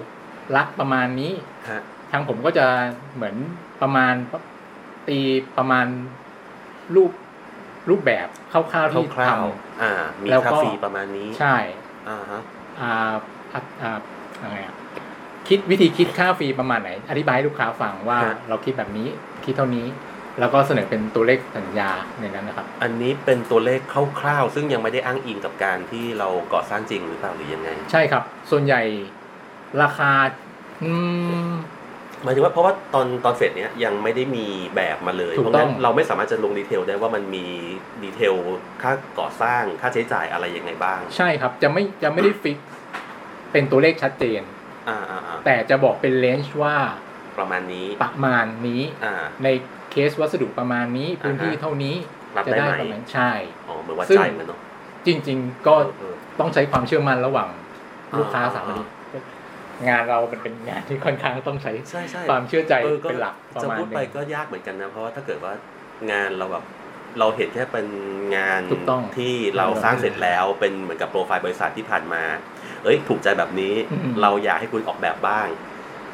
C: รักประมาณนี้
A: ฮะ
C: ทางผมก็จะเหมือนประมาณตีประมาณรูปรูปแบบคร่าวๆที่
A: คร่าว
C: ทำ
A: ๆอ่า มี
C: แล้วก็
A: ค่าฟรีประมาณนี้
C: ใช่
A: อ่าฮะ
C: อ่าอ่าอ่าอะไรอ่ะคิดวิธีคิดค่าฟรีประมาณไหน อธิบายให้ลูกค้าฟังว่า
A: ฮะ
C: เราคิดแบบนี้คิดเท่านี้ แล้วก็เสนอเป็นตัวเลขสัญญาในนั้นนะครับ
A: อันนี้เป็นตัวเลขคร่าวๆ ซึ่งยังไม่ได้อ้างอิงกับการที่เราก่อสร้างจริงหรือเปล่าหรือยังไง
C: ใช่ครับ ส่วนใหญ่ราคาอืม
A: หมายถึงว่าเพราะว่าตอนตอนเฟสเนี้ยยังไม่ได้มีแบบมาเลย
C: ถู
A: เพ
C: ก
A: ราะ
C: ต้
A: งั้
C: อน ง
A: เราไม่สามารถจะลงดีเทลได้ว่ามันมีดีเทลค่าก่อสร้างค่าใช้จ่ายอะไรยังไงบ้าง
C: ใช่ครับจะไม่จะไม่ได้ฟิกเป็นตัวเลขชัดเจน
A: อ่าอ่าอ่า
C: แต่จะบอกเป็นเลนจ์ว่า
A: ประมาณนี้
C: ประมาณนี้
A: อ่า
C: ในเคสวัสดุประมาณนี้พื้นที่
A: อ่าฮะ
C: เท่านี้
A: รับ
C: จะ
A: ได้
C: ได้
A: ไหม
C: ประมาณใช่
A: อ๋อเหมือนว่า
C: ซึ่ง
A: จ่ายเงินเนาะ
C: จริง ๆ ก็
A: เออ
C: ต้องใช้ความเชื่อมั่นระหว่างลูกค้า
A: อ่า
C: สามนิกงานเรามันเป็นงานที่ค่อนข้างต้องใช้
A: ใช่ใช่
C: ความเชื่อใจ
A: เออ
C: เป็นหลักประ
A: จะ
C: มาณ
A: พูด
C: หนึ
A: ไป
C: ง
A: ก็ยากเหมือนกันนะ เพราะว่าถ้าเกิดว่างานเราแบบเราเห็นแค่เป็นงาน
C: ถูกต้อง
A: ที่เราสร้างเสร็จแล้วเป็นเหมือนกับโปรไฟล์บริษัทที่ผ่านมา เอ้ยถูกใจแบบนี้
C: อืม
A: เราอยากให้คุณออกแบบบ้าง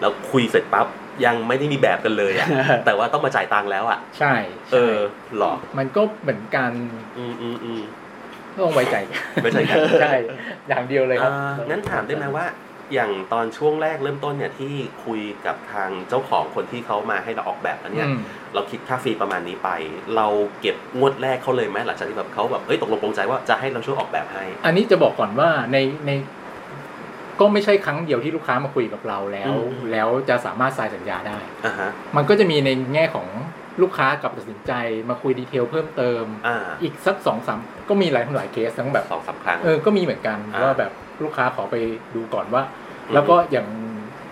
A: แล้วคุยเสร็จปั๊บยังไม่ได้มีแบบกันเลย อะ แต่ว่าต้องมาจ่ายตังค์แล้วอะ
C: ใช่
A: เอ
C: ใช่
A: อหรอ
C: มันก็เหมือนการ
A: อืมอืมอืม
C: ต้องไว้ใจ
A: ไม่ใช่ครับ
C: ใช่อย่างเดียวเลยครับ
A: อ่างั้นถามได้ไหมว่า อย่างตอนช่วงแรกเริ่มต้นเนี่ยที่คุยกับทางเจ้าของคนที่เขามาให้เราออกแบบอันเนี้ย
C: อืม
A: เราคิดค่าฟรีประมาณนี้ไป เราเก็บงวดแรกเขาเลยไหมหลังจากที่แบบเขาแบบเอ้ยตกลงปรงใจว่าจะให้เราช่วยออกแบบให้
C: อันนี้จะบอกก่อนว่าในในก็ไม่ใช่ครั้งเดียวที่ลูกค้ามาคุยกับเราแล้ว
A: อืม
C: แล้วจะสามารถสายสัญญาได้
A: อ่าฮะ
C: มันก็จะมีในแง่ของลูกค้ากับตัดสินใจมาคุยดีเทลเพิ่มเติม
A: อ่า
C: อีกสักสองสามก็มีหลายหลายเคสทั้งแบบ
A: สองสามครั้ง
C: เออก็มีเหมือนกัน
A: อ่า
C: ว่าแบบลูกค้าขอไปดูก่อนว่า
A: อืม
C: แล้วก็อย่าง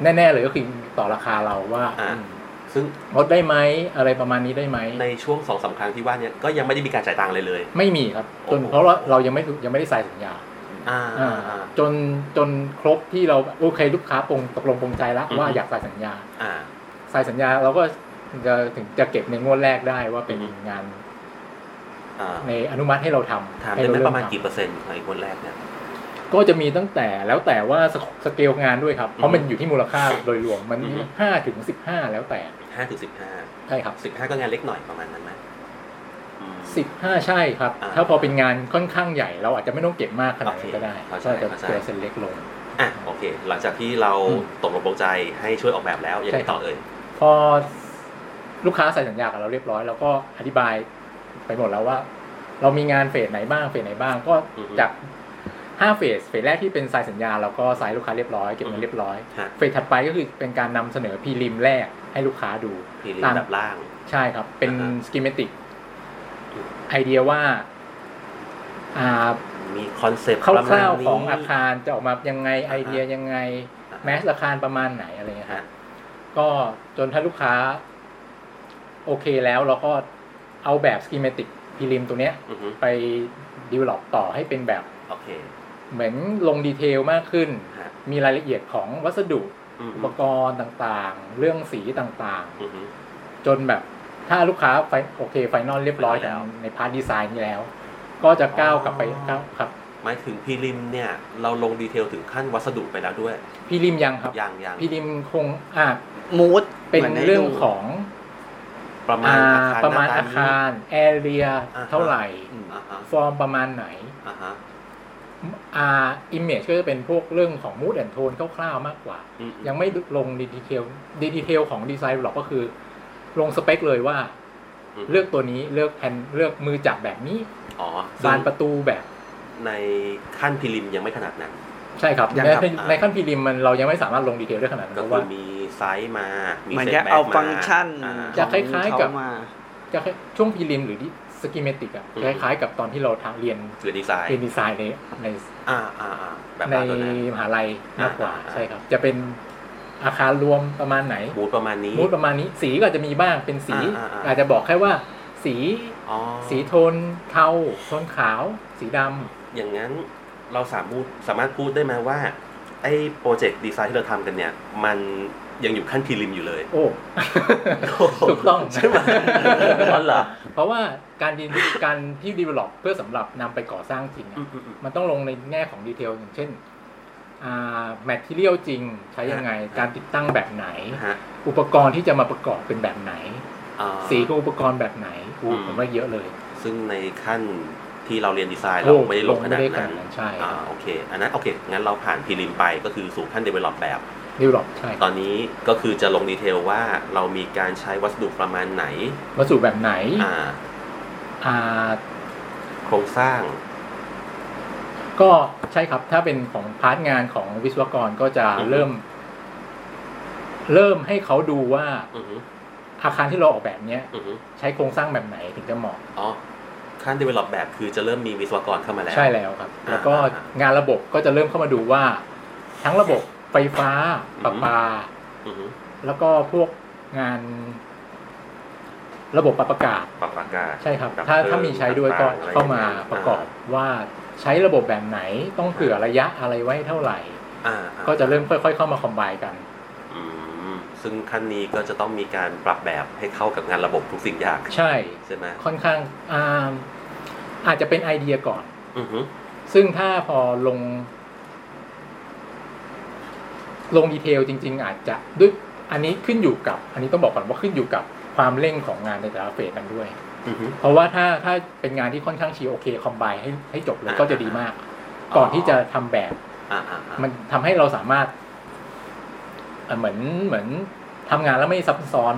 C: แน่ ๆ เลยก็คือต่อราคาเราว่า
A: อ่า
C: อืม
A: ซึ่ง
C: ลดได้ไหมอะไรประมาณนี้ได้ไหม
A: ในช่วงสองสามครั้งที่ว่าเนี่ยก็ยังไม่ได้มีการจ่ายตังค์เลยเลย
C: ไม่มีครับจน
A: โอ้โห
C: เพราะว่าเรายังไม่ยังไม่ได้สายสัญญา
A: อ่า
C: อ่า
A: อ่าอ่า
C: จนจนครบที่เราโอเคลูกค้าปรงตกลงปรงใจแล้ว
A: อือฮึ
C: ว่าอยากสายสัญญา
A: อ่า
C: สายสัญญาเราก็จะถึงจะเก็บในงวดแรกได้ว่าเป็น
A: อือฮึ
C: งาน
A: อ่า
C: ในอนุมัติให้เราทำ
A: ถาม
C: ให้
A: ได้ไหม
C: เเ
A: ประมาณ
C: ทำ
A: กี่เปอร์เซ็นต์ในงวดแรกเนี่ย
C: ก็จะมีตั้งแต่แล้วแต่ว่าสกสเกลงานด้วยครับ เพ
A: อือฮึ
C: ราะมันอยู่ที่มูลค่าโดยรวมมัน
A: อือฮึ
C: ห้าถึงสิบห้าแล้วแต่
A: ห้าถึงสิบห้า
C: ใช่ครับ
A: สิบห้าก็งานเล็กหน่อยประมาณนั้นไหม อืม
C: สิบห้าใช่ครับ
A: อ่า
C: ถ้าพอเป็นงานค่อนข้างใหญ่ เราอาจจะไม่ต้องเก็บมากขนาดนั้น
A: โอเค
C: ก็ได้
A: เข้าใจ
C: ก็จะ
A: เข้าใจ
C: ตัวเส้นเล็กลง
A: อ่ะโอเค หลังจากที่เรา
C: อืม
A: ตกลงปลงใจให้ช่วยออกแบบแล้วยัง
C: ใช่
A: ไง
C: ครับ
A: ต่อเอ่ย
C: พอลูกค้าใส่สัญญากับเราเรียบร้อยเราก็อธิบายไปหมดแล้วว่า เรามีงานเฟสไหนบ้างเฟสไหนบ้าง ก็
A: อือฮึ
C: จากห้าเฟสเฟสแรกที่เป็นสายสัญญาเราก็สายลูกค้าเรียบร้อยเก็บเงินเรียบร้อย
A: ฮะ
C: เฟสถัดไปก็คือเป็นการนำเสนอพรีริมแรกให้ลูกค้าดู
A: พรีลิมดับล่าง
C: ใช่ครับ เป็น
A: อ่าฮะ
C: สกิมติกไอเดียว่าอ่า
A: มีคอนเซปต์
C: ค
A: ประมา
C: ร่า
A: ณ
C: ว
A: นี้
C: ๆของอาคารจะออกมายังไงไอเดียยังไง
A: อ่าฮะ
C: แมสอาคารประมาณไหนอะไรเงี้ยค
A: ฮะ
C: รับ ก็จนถ้าลูกค้า โอเคแล้วเราก็เอาแบบสกิมติกพิลิมตัวเนี้ย
A: อือฮึ
C: ไปดีเวล็อปต่อให้เป็นแบบ
A: โอเค
C: เหมือนลงดีเทลมากขึ้น
A: ฮะ
C: มีรายละเอียดของวัสดุ
A: อืม
C: อุปกรณ์ต่างๆ เรื่องสีต่าง
A: อือฮึ
C: ๆ จนแบบถ้าลูกค้าไฟโอเคไฟนอลเรียบร้อย
A: ไฟนอลแล้ว
C: ในพาร์ทดีไซน์นี้แล้ว ก็จะก้าวกลับไปก้าวครับ
A: หมายถึงพรีลิมเนี่ย เราลงดีเทลถึงขั้นวัสดุไปแล้วด้วย
C: พิลิมยังครับ
A: อย่างอย่าง
C: พิลิมคงอ่ะ
B: มูด
C: เป็นเรื่องของ
A: ประมา
C: อ่า
A: ณอาคาร
C: ประมาณ
A: หน้
C: อา
A: ต
C: คารแอเรีย
A: อ่าฮะ
C: เท่าไหร่
A: อ่าฮะ
C: ฟอร์มประมาณไหน
A: อ่าฮะ
C: อ่าอิมเมจก็จะเป็นพวกเรื่องของมูดแอนโทนคร่าวๆมากกว่า
A: อืม
C: ยังไม่ลงดีเทลดีเทลของดีไซน์หรอกก็คือ ลงสเปคเลยว่า
A: ม
C: เลือกตัวนี้เลือกแผ่นเลือกมือจับแบบนี้
A: อ๋อบ
C: านประตูแบบ
A: ในขั้นพรีลิมยังไม่ขนาดนั้น
C: ใช่ครับ
A: ยัง
C: ใน
A: ครับอ่า
C: ในขั้นพรีริมมันเรายังไม่สามารถลงดีเทลได้ขนาดนั้น
A: ก็
C: เพ
A: คื
C: ราะว่า
A: อมีไซส์มา มี
B: เหมือน
A: เซต
B: แค่
A: แบ็กมา
B: เอาฟังก์ชัน
A: อ่า
C: จะคล้ายๆกับ
B: ของเขมา
C: จะแค่ช่วงพรีริมหรือสกิเมติกอะ
A: อืม
C: คล้ายๆ กับตอนที่เราทำเรียน
A: หรือดีไซน์
C: เรียนดีไซน์ในใน
A: อ่าอ่าอ่าแบบ
C: ใน
A: นั้นตัวนั้น
C: มหาลัยมากกว่า
A: อ่า
C: ใช่ครับ จะเป็นอาคารรวมประมาณไหน
A: มูดประมาณนี้
C: มูดประมาณนี้สีก็อาจจะมีบ้างเป็นสี
A: อ่าอ่าอ่า
C: อาจจะบอกแค่ว่าสี
A: อ๋อ
C: สีโทนเทาโทนขาว สีด
A: อย่างนั้นเราสามารถสามารถพูดได้ไหมว่า ไอ้โปรเจกต์ดีไซน์ที่เราทำกันเนี่ย มันยังอยู่ขั้นพรีลิมอยู่เลย
C: ำโอ้ ถูกต้อง
A: ใช่ไหมอ๋อเหรอ
C: เพราะว่าการดีการที่ดีเวล็อปเพื่อสำหรับนำไปก่อสร้างจริงอะ
A: อืมอืมอืม
C: มันต้องลงในแง่ของดีเทลอย่างเช่นแมทเทียลจริงใช้ยังไง
A: อ่า
C: การติดตั้งแบบไหน
A: ฮะ
C: อุปกรณ์ที่จะมาประกอบเป็นแบบไหน
A: อ่า
C: สีของอุปกรณ์แบบไหนอู้
A: อืม
C: ผมว่าเยอะเลย
A: ซึ่งในขั้นที่เราเรียนดีไซน์เราไม่ได้ลงขนาด
C: ไม่
A: นั้น
C: ใช่
A: อ่าโอเค อันนั้นโอเค งั้นเราผ่านพรีลิมไปก็คือสู่ขั้น develop แบบ
C: นิวหรอกใช่
A: ตอนนี้ก็คือจะลงดีเทลว่าเรามีการใช้วัสดุประมาณไหน
C: วัสดุแบบไหน
A: อ่า
C: อ่า
A: โครงสร้าง
C: ก็ใช่ครับถ้าเป็นของพาร์ทงานของวิศวกรก็จะ
A: อือฮึ
C: เริ่ม เริ่มให้เขาดูว่า
A: อือฮึ
C: อาคารที่เราออกแบบเนี้ย
A: อือฮึ
C: ใช้โครงสร้างแบบไหนถึงจะเหมาะ
A: อ๋อขั้น develop แบบคือจะเริ่มมีวิศวกรเข้ามาแล้ว
C: ใช่แล้วครับ
A: อ่า
C: แล้วก็งานระบบก็จะเริ่มเข้ามาดูว่า ทั้งระบบไฟฟ้า
A: อือฮึ
C: ประปา
A: อือฮึ
C: แล้วก็พวกงาน ระบบปรับอากาศ
A: ปรับอากาศ
C: ใช่ครับ
A: กับ
C: ถ้า
A: เพิ่ม
C: ถ้ามีใช้ด้วยก็
A: ต่างๆอะไร
C: เข้ามา
A: อย่างเงี้ย
C: ประกอบว่าใช้ระบบแบบไหนต้องเผื่อระยะอะไรไว้เท่าไหร่
A: อ่าอ่า
C: ก็จะเริ่มค่อย ๆ เข้ามาคอมไบกัน
A: อืมซึ่งขั้นนี้ก็จะต้องมีการปรับแบบให้เข้ากับงานระบบทุกสิ่งอย่าง
C: ใช่
A: ใช่ไหม
C: ค่อนข้างอ่าอาจจะเป็นไอเดียก่อน
A: อือฮึ
C: ซึ่งถ้าพอลง ลงดีเทลจริง ๆ อาจจะด้วยอันนี้ขึ้นอยู่กับ อันนี้ต้องบอกก่อนว่าขึ้นอยู่กับความเร่งของงานในแต่ละเฟสกันด้วย
A: อือฮึ
C: เพราะว่าถ้าถ้าเป็นงานที่ค่อนข้างชีโอเคคอมไบให้ให้จบเลยก็จะดีมาก ก่อนที่จะทำแบบ
A: อ่าอ่าอ่า
C: มันทำให้เราสามารถเอ่อเหมือนเหมือนทำงานแล้วไม่ซับซ้อน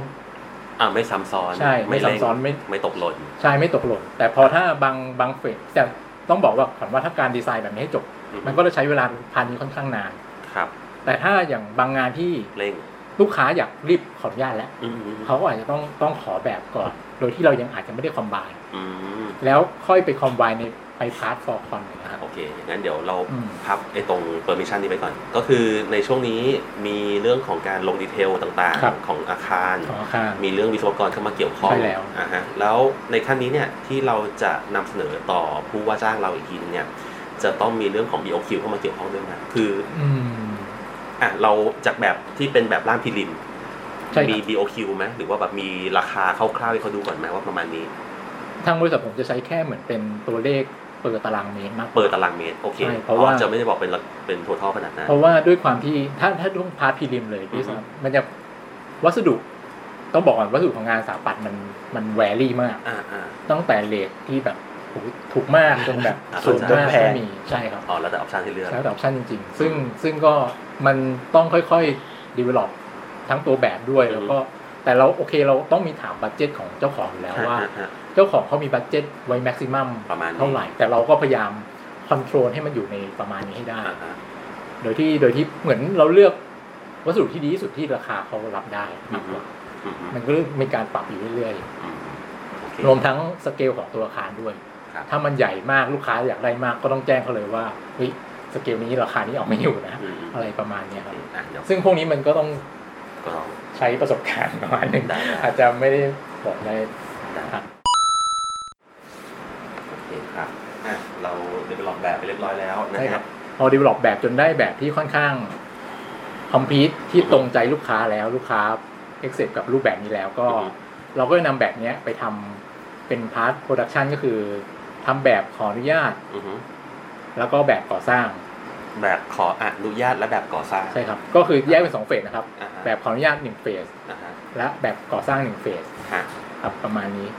A: อ่าไม่ซ้ำซ้อน
C: ใช่ไม่ซ้ำซ้อนไม่
A: เร่งไม่ตกหล่น
C: ใช่ไม่ตกหล่นแต่พอถ้าบางบางเฟสแต่ต้องบอกว่าก่อนว่าถ้าการดีไซน์แบบนี้ให้จบ
A: อือฮึ
C: มันก็จะใช้เวลาพันนี้ค่อนข้างนาน
A: ครับ
C: แต่ถ้าอย่างบางงานที่
A: เร่ง
C: ลูกค้าอยากรีบขออนุญาตแล้ว
A: อืมอืม
C: เขาก็อาจจะต้องต้องขอแบบก่อน โดยที่เรายังอาจจะไม่ได้คอมไบน์
A: อืม
C: แล้วค่อยไปคอมไบน์ในไปพาร์ทฟอร์คอนนะ
A: อ่า
C: ครับ
A: โอเคอย่างนั้นเดี๋ยวเรา
C: อืม
A: พับไอ้ตรง permission นี้ไปก่อน ก็คือในช่วงนี้มีเรื่องของการลงดีเทลต่าง
C: ครับ
A: ๆ ของอาคาร
C: ของอาคาร
A: มีเรื่องวิศวกรเข้ามาเกี่ยวข้อง
C: ใช่แล้ว
A: อ่าฮะแล้วในขั้นนี้เนี่ยที่เราจะนำเสนอต่อผู้ว่าจ้างเราอีกทีนึงเนี่ยจะต้องมีเรื่องของ BOQ เข้ามาเกี่ยวข้องด้วยนะคือ
C: อืม
A: อ่ะเราจากแบบที่เป็นแบบร่างพิลิม
C: ใช่ค
A: มี
C: รับ
A: BOQ ไหมหรือว่าแบบมีราคาคร่าวๆให้เขาดูก่อนไหมว่าประมาณนี้
C: ทางบริษัทผมจะใช้แค่เหมือนเป็นตัวเลขเปิดตารางเมตรมากกว่า
A: เปิดตารางเมตรโอเค
C: ใช่เพราะว่า
A: อ๋อจะไม่ได้บอกเป็นละเป็นทัวทอขนาดนั้น
C: เพราะว่าด้วยความที่ถ้าถ้าต้องพาร์ทพรีริมเลย
A: อือฮึ
C: พี่สมันจะวัสดุ ต้องบอกก่อนวัสดุของงานสถาปัตย์มันมันแวรี่มาก
A: อ่าอ่า
C: ตั้งแต่เลทที่แบบโหถูกมากจนแบบ
A: อ่า
C: สูง
B: จน
C: มาก
B: แพง
C: ก็มีใช่ครับ
A: อ๋อแล้วแต่ออปชันที่เลือก
C: แล้วแต่ออปชันจริงๆ ซึ่งซึ่งก็มันต้องค่อยๆ develop ทั้งตัวแบบด้วย
A: อืม
C: แล้วก็แต่เราโอเคเราต้องมีถามบัตเจ็ตของเจ้าของอยู่แล้วว่า
A: ฮะฮะฮะ
C: เจ้าของเขามีบัตเจ็ตไว้แม็กซิมัม
A: ประมาณนี้
C: เท่าไหร่ แต่เราก็พยายามคอนโทรลให้มันอยู่ในประมาณนี้ให้ได้
A: อ่าฮะ
C: โดยที่โดยที่เหมือนเราเลือกวัสดุที่ดีที่สุดที่ราคาเขารับได้มากกว่า
A: อืมอืม
C: มันก็มีการปรับอยู่เรื่อย
A: อืมโอเค
C: ๆ รวมทั้งสเกลของตัวอาคารด้วย
A: ครับ
C: ถ้ามันใหญ่มากลูกค้าอยากได้มากก็ต้องแจ้งเขาเลยว่าเฮ้ยสเกลนี้ราคานี้ออกไม่อยู่นะ
A: อืมอืม
C: อะไรประมาณเนี้ยครับ
A: อ่ะเดี๋ยว
C: ซึ่งพวกนี้มันก็ต้อง
A: ก็ลอง
C: ใช้ประสบการณ์ประมาณหนึ่ง
A: ได้
C: อาจจะไม่ได้บอกได้
A: ได้
C: ครับ
A: โอเคครับอ่ะเราเดเวลลอปแบบไปเรียบร้อยแล้วนะ
C: ใช่ค
A: ค
C: รั
A: รับบ
C: พอ develop แบบจนได้แบบที่ค่อนข้าง complete ที่ตรงใจลูกค้าแล้วลูกค้า accept กับรูปแบบนี้แล้วก็เราก็จะนำแบบเนี้ยไปทำเป็น part production ก็คือทำแบบขออนุญาต
A: อือฮึ
C: แล้วก็แบบก่อสร้าง
A: แบบขออนุญาตและแบบก่อสร้าง
C: ใช่ครับ ก็คือแยกเป็นสองเฟสนะครับ
A: อ่าฮะ
C: แบบขออนุญาต1เฟส
A: อ่าฮะ
C: และแบบก่อสร้าง1เฟส
A: ฮะ
C: ครับประมาณนี้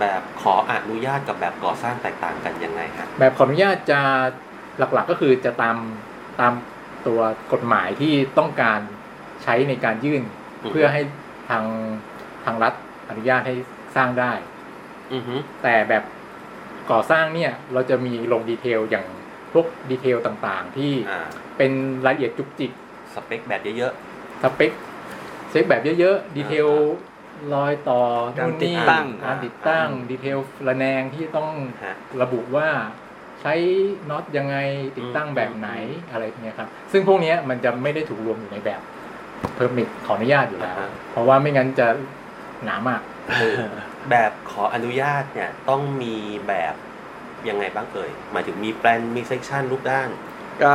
A: แบบขออนุญาตกับแบบก่อสร้างแตกต่างกันยังไงฮะ
C: แบบขออนุญาตจะหลักๆก็คือจะตามตามตัวกฎหมายที่ต้องการใช้ในการยื่น เพื่อให้ทางทางรัฐอนุญาตให้สร้างได้
A: อือฮึ
C: แต่แบบก่อสร้างเนี่ยเราจะมีลงดีเทลอย่างพวกดีเทลต่างๆ ที่
A: อ่า
C: เป็นรายละเอียดจุกจิก
A: สเปคแบบเยอะ
C: สเปคเช็คแบบเยอะๆ ดีเทลรอยต่อ
B: การ
C: นู่น
B: ติ
C: นี่
B: ดตั้ง
C: การติดตั้งดีเทลระแนงที่ต้อง
A: ๆฮะ
C: ระบุว่าใช้น็อตยังไงติดตั้ง
A: อืม
C: แบบไหน
A: อืม
C: อะไรพวกเนี้ยครับ ซึ่งพวกเนี้ยมันจะไม่ได้ถูกรวมอยู่ในแบบเพอร์มิทขออนุญาตอยู่แล้ว
A: อ่าฮะ
C: เพราะว่าไม่งั้นจะหนามาก
A: คือแบบขออนุญาตเนี่ยต้องมีแบบยังไงบ้างเอ่ยหมายถึงมีแปลนมีเซกชันรูปด้าน
B: ก็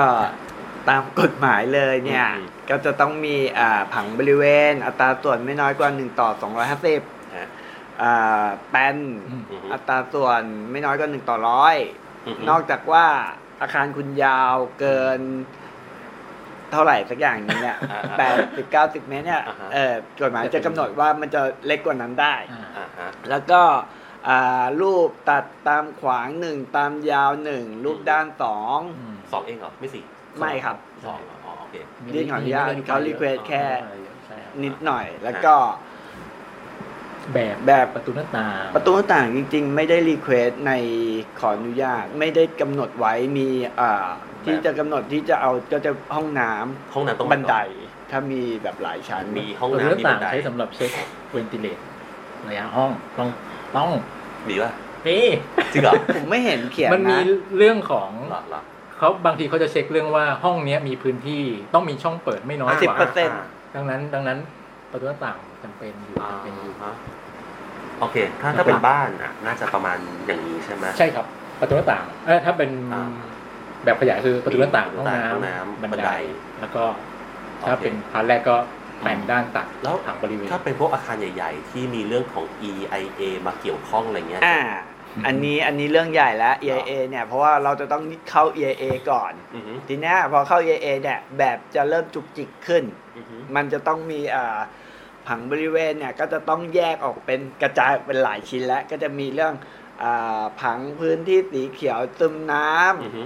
B: ตามกฎหมายเลยเนี่ย
A: อืม
B: ก็จะต้องมีอ่าผังบริเวณ อัตราส่วนไม่น้อยกว่า 1 ต่อ 250
A: ฮะ
B: อ่าแปน
C: อืม
A: อือฮึ
B: อัตราส่วนไม่น้อยกว่า 1 ต่อร้อย
A: ฮึ
B: นอกจากว่าอาคารคุณยาวเกิน เท่าไหร่สักอย่างหนึงเนี่ย
A: อ่า
B: แปดสิบเก้าสิบเมตรเนี่ย
A: อ่าฮะ
B: เออกฎหมายจะกำหนดว่ามันจะเล็กกว่านั้นได้
C: อ่า
A: อ่าฮะ
B: แล้วก็อ่ารูปตัดตามขวางหนึ่งตามยาวหนึ่งรูปด้านสอง
C: อืม
A: สองเองเหรอ ไม่สี่
B: ไม่ครับ
A: สองเหรออ๋อโอเค
B: ยื่นขออนุญาตเขา request แค่
C: ใช่ครับ
B: นิดหน่อย แล้วก็
C: แบบ
B: แบบ
C: ประตูหน้าต่าง
B: ประตูหน้าต่างจริง ๆ ไม่ได้รีเควสต์ในขออนุญาต ไม่ได้กำหนดไว้มีอ่าที่
A: แบบ
B: จะกำหนดที่จะเอาก็จะห้องน้ำ
A: ห้องน้ำตรง
B: บันได ถ้ามีแบบหลายชั้น
A: มีห้อง
C: ประตูหน้า
A: น้ำมี
C: ต่า
A: บั
C: ง
A: นได
C: ใช้สำหรับเช็คเวนติเลตระยะห้องต้องต้อง
A: ดีป่ะ
C: นี่
A: จริงเหรอ
B: ผมไม่เห็นเขียน
C: มันมี
B: นะ
C: เรื่องของ
A: หรอหรอ
C: เขาบางทีเขาจะเช็คเรื่องว่าห้องเนี้ยมีพื้นที่ต้องมีช่องเปิดไม่น้อย
B: สิบ
C: กว่า
B: เปอร์เซ็นต์
C: ดังนั้นดังนั้นประตูหน้าต่างจำเป็นอยู่
A: อ่า
C: จำเป็นอยู่
A: ฮะโอเค ถ้าถ้าเป็นบ้านอ่ะน่าจะประมาณอย่างนี้ใช่ไหม
C: ใช่ครับประตูหน้าต่างเออถ้าเป็น
A: อ่า
C: แบบขยายคือประตูหน้าต่างห้อง
A: ห้อง
C: น้ำ
A: น้ำ
C: บัน
A: บัน
C: ได
A: ได
C: แล้วก็ถ้า
A: โอเค
C: เป็นพาร์ทแรกก็แปลนด้านตัด
A: แล้ว
C: ถังบริเวณ
A: ถ้าเป็นพวกอาคารใหญ่ๆ ที่มีเรื่องของ EIA มาเกี่ยวข้องอะไรเงี้ย
B: อ่า อันนี้อันนี้เรื่องใหญ่แล้ว EIA เนี่ยเพราะว่าเราจะต้องเข้า EIA ก่อน
A: อือฮึ
B: ทีเนี้ยพอเข้า EA เนี่ยแบบจะเริ่มจุกจิกขึ้น
A: อือฮึ
B: มันจะต้องมีอ่าผังบริเวณเนี่ยก็จะต้องแยกออกเป็นกระจายเป็นหลายชิ้นแล้วก็จะมีเรื่องอาผังพื้นที่สีเขียวซึมน้ำ
A: อือฮึ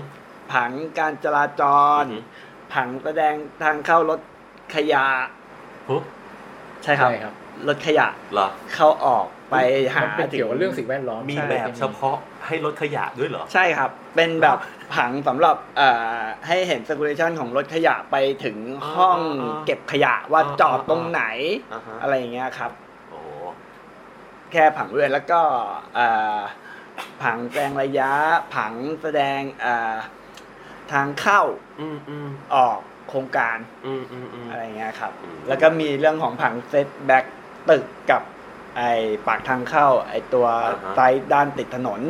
B: ผังการจราจร
A: อือฮึ
B: ผังแสดงทางเข้ารถขยะ
A: ฮึ
B: ใช่ครับ
C: ใช่ครับ
B: รถขยะ
A: เหรอ
B: เข้าออกไปหาน
C: เป็นเกี่ยวกับเรื่องสิ่งแวดล้อม
A: มี
C: ใช่
A: แบบ
C: ใช่
A: เฉพาะให้รถขยะด้วยเหรอ
B: ใช่ครับ เป็นแบบผังสำหรับอ่าให้เห็น circulation ของรถขยะไปถึงห้อง
A: อ่าอ่า
B: เก็บขยะว่า
A: อ่า
B: จอด
A: อ่า
B: ตรงไหน
A: อ่าฮะ
B: อะไรอย่างเงี้ยครับ
A: โอ้โห
B: แค่ผังเรือนแล้วก็เอ่อผังแสดงระยะ ผังแสดงเอ่อทางเข้า
A: อืมอืม
B: ออกโครงการ
A: อืมอืมอืม
B: อะไรเงี้ยครับ
A: อืม
B: แล้วก็มีเรื่องของผังเซตแบ็กตึกกับไอปากทางเข้า ไอตัวไซต์ด้านติดถนน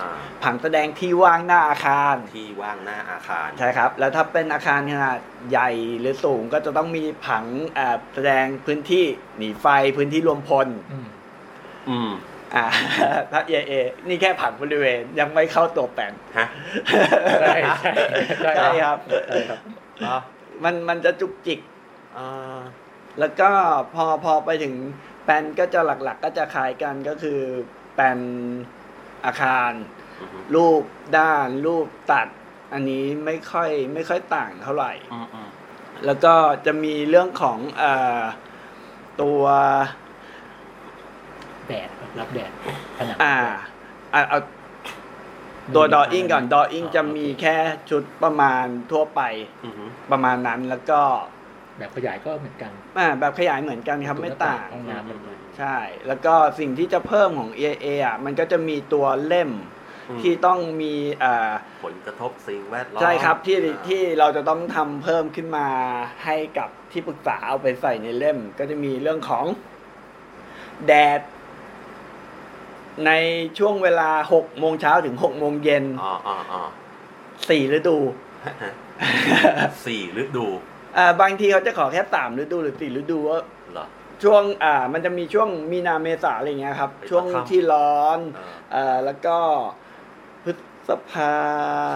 A: อ่า
B: ผังแสดงที่ว่างหน้าอาคาร
A: ที่ว่างหน้าอาคาร
B: ใช่ครับ แล้วถ้าเป็นอาคารขนาดใหญ่หรือสูงก็จะต้องมีผังเอ่อแสดงพื้นที่หนีไฟพื้นที่รวมพล
C: อืม
A: อืม
B: อ่า ถ้าเอเอ นี่แค่ผังบริเวณยังไม่เข้าตัวแปลน
A: ฮะ
C: ใช่ใช่ใช่
B: ใช่ครับ
C: ใช่ครับ
A: เหรอ
B: มันมันจะจุกจิก
A: อ่า
B: แล้วก็พอพอไปถึงแผ ปลนก็จะหลักๆก็จะคล้ายกันก็คือแปลนอาคาร
A: อือฮึ
B: รูปด้านรูปตัด อันนี้ไม่ค่อยไม่ค่อยต่างเท่าไหร่
A: อืมอืม
B: แล้วก็จะมีเรื่องของเออตัว
C: แดดรับแดดผนัง
B: อ่าอ่ะเอาตัวดออิงก่อนดออิงจะมี
C: โอเค
B: แค่ชุดประมาณทั่วไป
A: อือฮึ
B: ประมาณนั้นแล้วก็
C: แบบขยายก็เหมือนกัน
B: อ่าแบบขยายเหมือนกันครับไม่ต่าง
C: ห้องน้ำเหมือนกัน
B: ใช่ แล้วก็สิ่งที่จะเพิ่มของ EIA อ่ะมันก็จะมีตัวเล่มที่ต้องมีอ่า
A: ผลกระทบสิ่งแวดล้อม
B: ใช่ครับที่
A: อ่า
B: ที่เราจะต้องทำเพิ่มขึ้นมาให้กับที่ปรึกษาเอาไปใส่ในเล่ม ก็จะมีเรื่องของแดด ในช่วงเวลา6โมงเช้าถึง6โมงเย็น
A: อ๋ออ๋ออ๋อ
B: สี่ฤดู
A: ฮะ สี่ฤดู
B: เอ่อบางทีเขาจะขอแค่สามฤดูหรือสี่ฤดูว่า
A: เหรอ
B: ช่วงอ่ามันจะมีช่วงมีนาเมษาอะไรเงี้ยครับ
A: ไป
B: ช่วง
A: ปะทำ
B: ที่ร้อน
A: เออ
B: เอ่อแล้วก็พฤษภา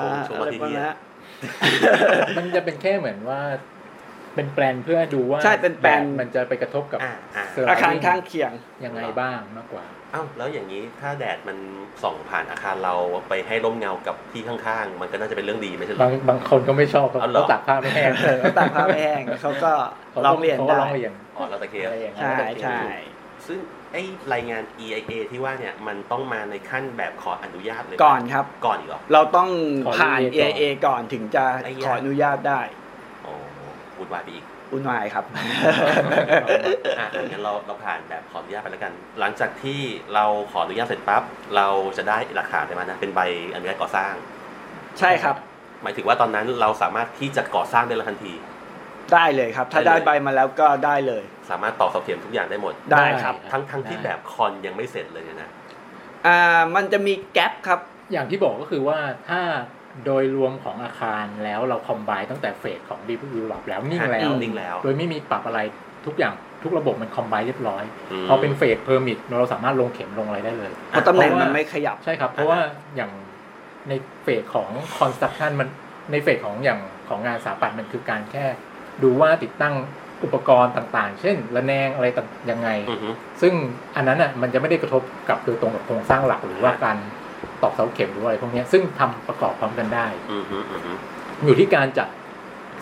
A: ช่วงช่วง
B: อะไร
A: ที่
B: ประมาณ
A: เหี้
B: นั้
A: ย
B: นฮะ
C: มันจะเป็นแค่เหมือนว่า เป็นแปลนเพื่อดูว่า
B: ใช่เป็นแปลน
C: ดดมันจะไปกระทบกับ
A: อ่าอ่า
C: เสื้อ
B: อาคารข้างเคียง
C: ยังไงบ้างมากกว่า
A: เอ้าแล้วอย่างนี้ถ้าแดดมันส่องผ่านอาคารเราไปให้ร่มเงากับที่ข้างๆ มันก็น่าจะเป็นเรื่องดีไม่ใช่เหร
C: บา
A: อ
C: งบางคนก็ไม่ชอบเขา
A: อ๋อเหรอ
C: เขาตากผ้าไม่แห้ง
B: เออเขาตากผ้าไม่แห้งเขาก็
C: ขา
B: ร้องเรียน
C: ขาก็
B: ได้
C: ร้องเรียน
A: อ๋อเราตะเคียน
C: อะไรอย่างเงี้
B: ใช่
C: ย
B: ใช่
A: ซึ่งไอรายงาน EIA ที่ว่าเนี่ยมันต้องมาในขั้นแบบขออนุญาตเลย
B: ก่อนครับ
A: ก่อนอีกเหรอ
B: เราต้องผ่าน AIA ก่อนถึงจะ
A: ไอ้ยะ
B: ขออนุญาตได้
A: โอ้วุ่นวายไปอีก
B: อุ่นวายครับ
A: อ่ะงั้นเราเราผ่านแบบขออนุญาตไปแล้วกัน หลังจากที่เราขออนุญาตเสร็จปั๊บเราจะได้หลักฐานอะไรมานะเป็นใบอนุญาตก่อสร้าง
B: ใช่ครับ
A: หมายถึงว่าตอนนั้นเราสามารถที่จะก่อสร้างได้แล้วทันที
B: ได้เลยครับ ถ้า
A: ได้
B: ได้
A: เลย
B: ใบมาแล้วก็ได้เลย
A: สามารถต่อเสาเข็มทุกอย่างได้หมด
B: ได้ครับ
A: ทั้งทั้งที่แบบคอนยังไม่เสร็จเลยเนี่ยนะ
B: อ่ามันจะมีแกลบครับ
C: อย่างที่บอกก็คือว่าถ้าโดยรวมของอาคารแล้วเราคอมไบตั้งแต่เฟสของรีวิวหลับแล้วนิ่งแล้
A: อื
C: ว
A: มนิ่งแล้ว
C: โดยไม่มีปรับอะไรทุกอย่างทุกระบบมันคอมไบเรียบร้อย
A: ม
C: พอเป็นเฟสเพอร์มิทเราสามารถลงเข็มลงอะไรได้เลย
B: เพราะตำแหน่ง
C: เพราะว่ามั
B: มันไม่ขยับ
C: ใช่ครับ เพราะว่าอย่างในเฟสของคอนสตรั c ชั่นมันในเฟสของอย่างของงานสถาปัตย์มันคือการแค่ดูว่าติดตั้งอุปกรณ์ต่างๆ เช่น ระแนงอะไรต่างยังไง
A: อือฮึ
C: ซึ่งอันนั้นอ่ะมันจะไม่ได้กระทบกับโดยตรงกับโครงสร้างหลักหรือว่าการตอกเสาเข็มหรืออะไรพวกเนี้ยซึ่งทำประกอบพร้อมกันได้
A: อือฮึอือฮึ
C: อยู่ที่การจัด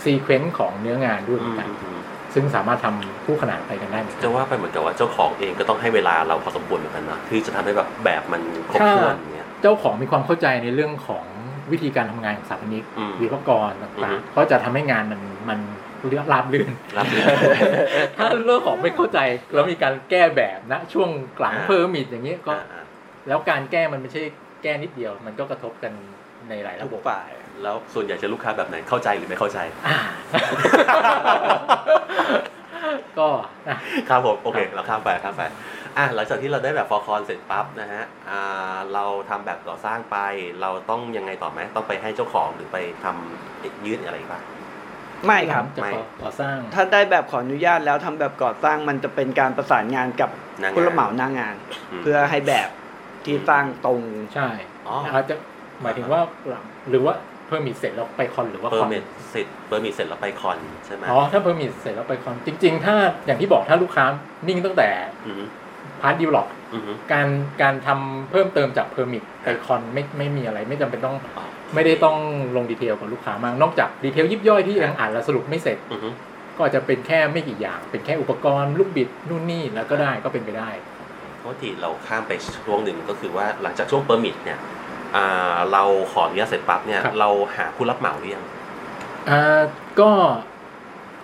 C: ซีเควนซ์ของเนื้องานด้วยเห
A: อื
C: มือ
A: อน
C: กัน
A: ฮึ
C: ซึ่งสามารถทำคู่ขนานไปกันได้เหมือนกั
A: จะ
C: น
A: ว่าไปเหมือนกับว่าเจ้าของเองก็ต้องให้เวลาเราพอสมควรเหมือนกันนะที่จะทำให้แบบแบบมันครบถ้วนอย่างเงี้ย
C: เจ้าของมีความเข้าใจในเรื่องของวิธีการทำงานของสถาปนิก
A: อืม
C: วิศวกรต่าง
A: อือฮึ
C: ๆ ก็จะทำให้งานมันมันเรียบราบรื่น
A: รับเรื่อง
C: ถ้าเรื่องของไม่เข้าใจแล้วมีการแก้แบบนะ ช่วงหลัง
A: อ่า
C: เพอร์มิดอย่างนี้ยก็
A: อ่าอ่า
C: แล้วการแก้มันไม่ใช่แก้นิดเดียว มันก็กระทบกันในหลายระ
B: ทุ
C: บ
B: ก
C: บ
B: ฝ่าย
A: แล้วส่วนใหญ่จะลูกค้าแบบไหนเข้าใจหรือไม่เข้าใจ
C: อ่า ก็นะ
A: ครับผมโอเค
C: ครับ
A: เราข้ามไปข้ามไปอ่ะหลังจากที่เราได้แบบฟอร์คอนเสร็จปั๊บนะฮะอ่าเราทำแบบก่อสร้างไป เราต้องยังไงต่อไหมต้องไปให้เจ้าของหรือไปทำยืดอะไรอีกป่ะ
B: ไม่ครับ
C: จะ
A: ไม่
C: ก่อสร้าง
B: ถ้าได้แบบขออนุญาตแล้วทำแบบก่อสร้างมันจะเป็นการประสานงานกับ
A: นางงาม
B: ผู้รับเหมาหน้างาน
A: ม
B: เพื่อให้แบบที่สร้างตรง
C: ใช่
A: อ๋อ
C: อาจจะหมายถึงว่าหลังหรือว่าเพอร์มิดเสร็จแล้วไปคอนหรือว่า
A: เปอ
C: คอ
A: ร์
C: น
A: มิทเสร็จเปอร์มิทเสร็จแล้วไปคอนใช่ไหม
C: อ๋อ ถ้าเพอร์มิดเสร็จแล้วไปคอนจริง ๆ ถ้าอย่างที่บอกถ้าลูกค้านิ่งตั้งแต่
A: อืม
C: พาร์ทดีลอก
A: อืม
C: การการทำเพิ่มเติมจากเพอร์มิทไอคอนไม่ไม่มีอะไร ไม่จำเป็นต้อง
A: อ๋อ
C: ไม่ได้ต้องลงดีเทลกับลูกค้ามาก นอกจากดีเทลยิบย่อยที่ยังอ่านและสรุปไม่เสร็จ
A: อืม
C: ก็อาจจะเป็นแค่ไม่กี่อย่าง เป็นแค่อุปกรณ์ลูกบิดนู่นนี่แล้วก็ได้ก็เป็นไปได้
A: เพราะที่เราข้ามไปช่วงหนึ่งก็คือว่าหลังจากช่วงเปอร์มิทเนี่ยอ่าเราขออนุญาตเสร็จปั๊บเนี่ย
C: ครับ
A: เราหาผู้รับเหมาหรือยัง
C: อ่าก็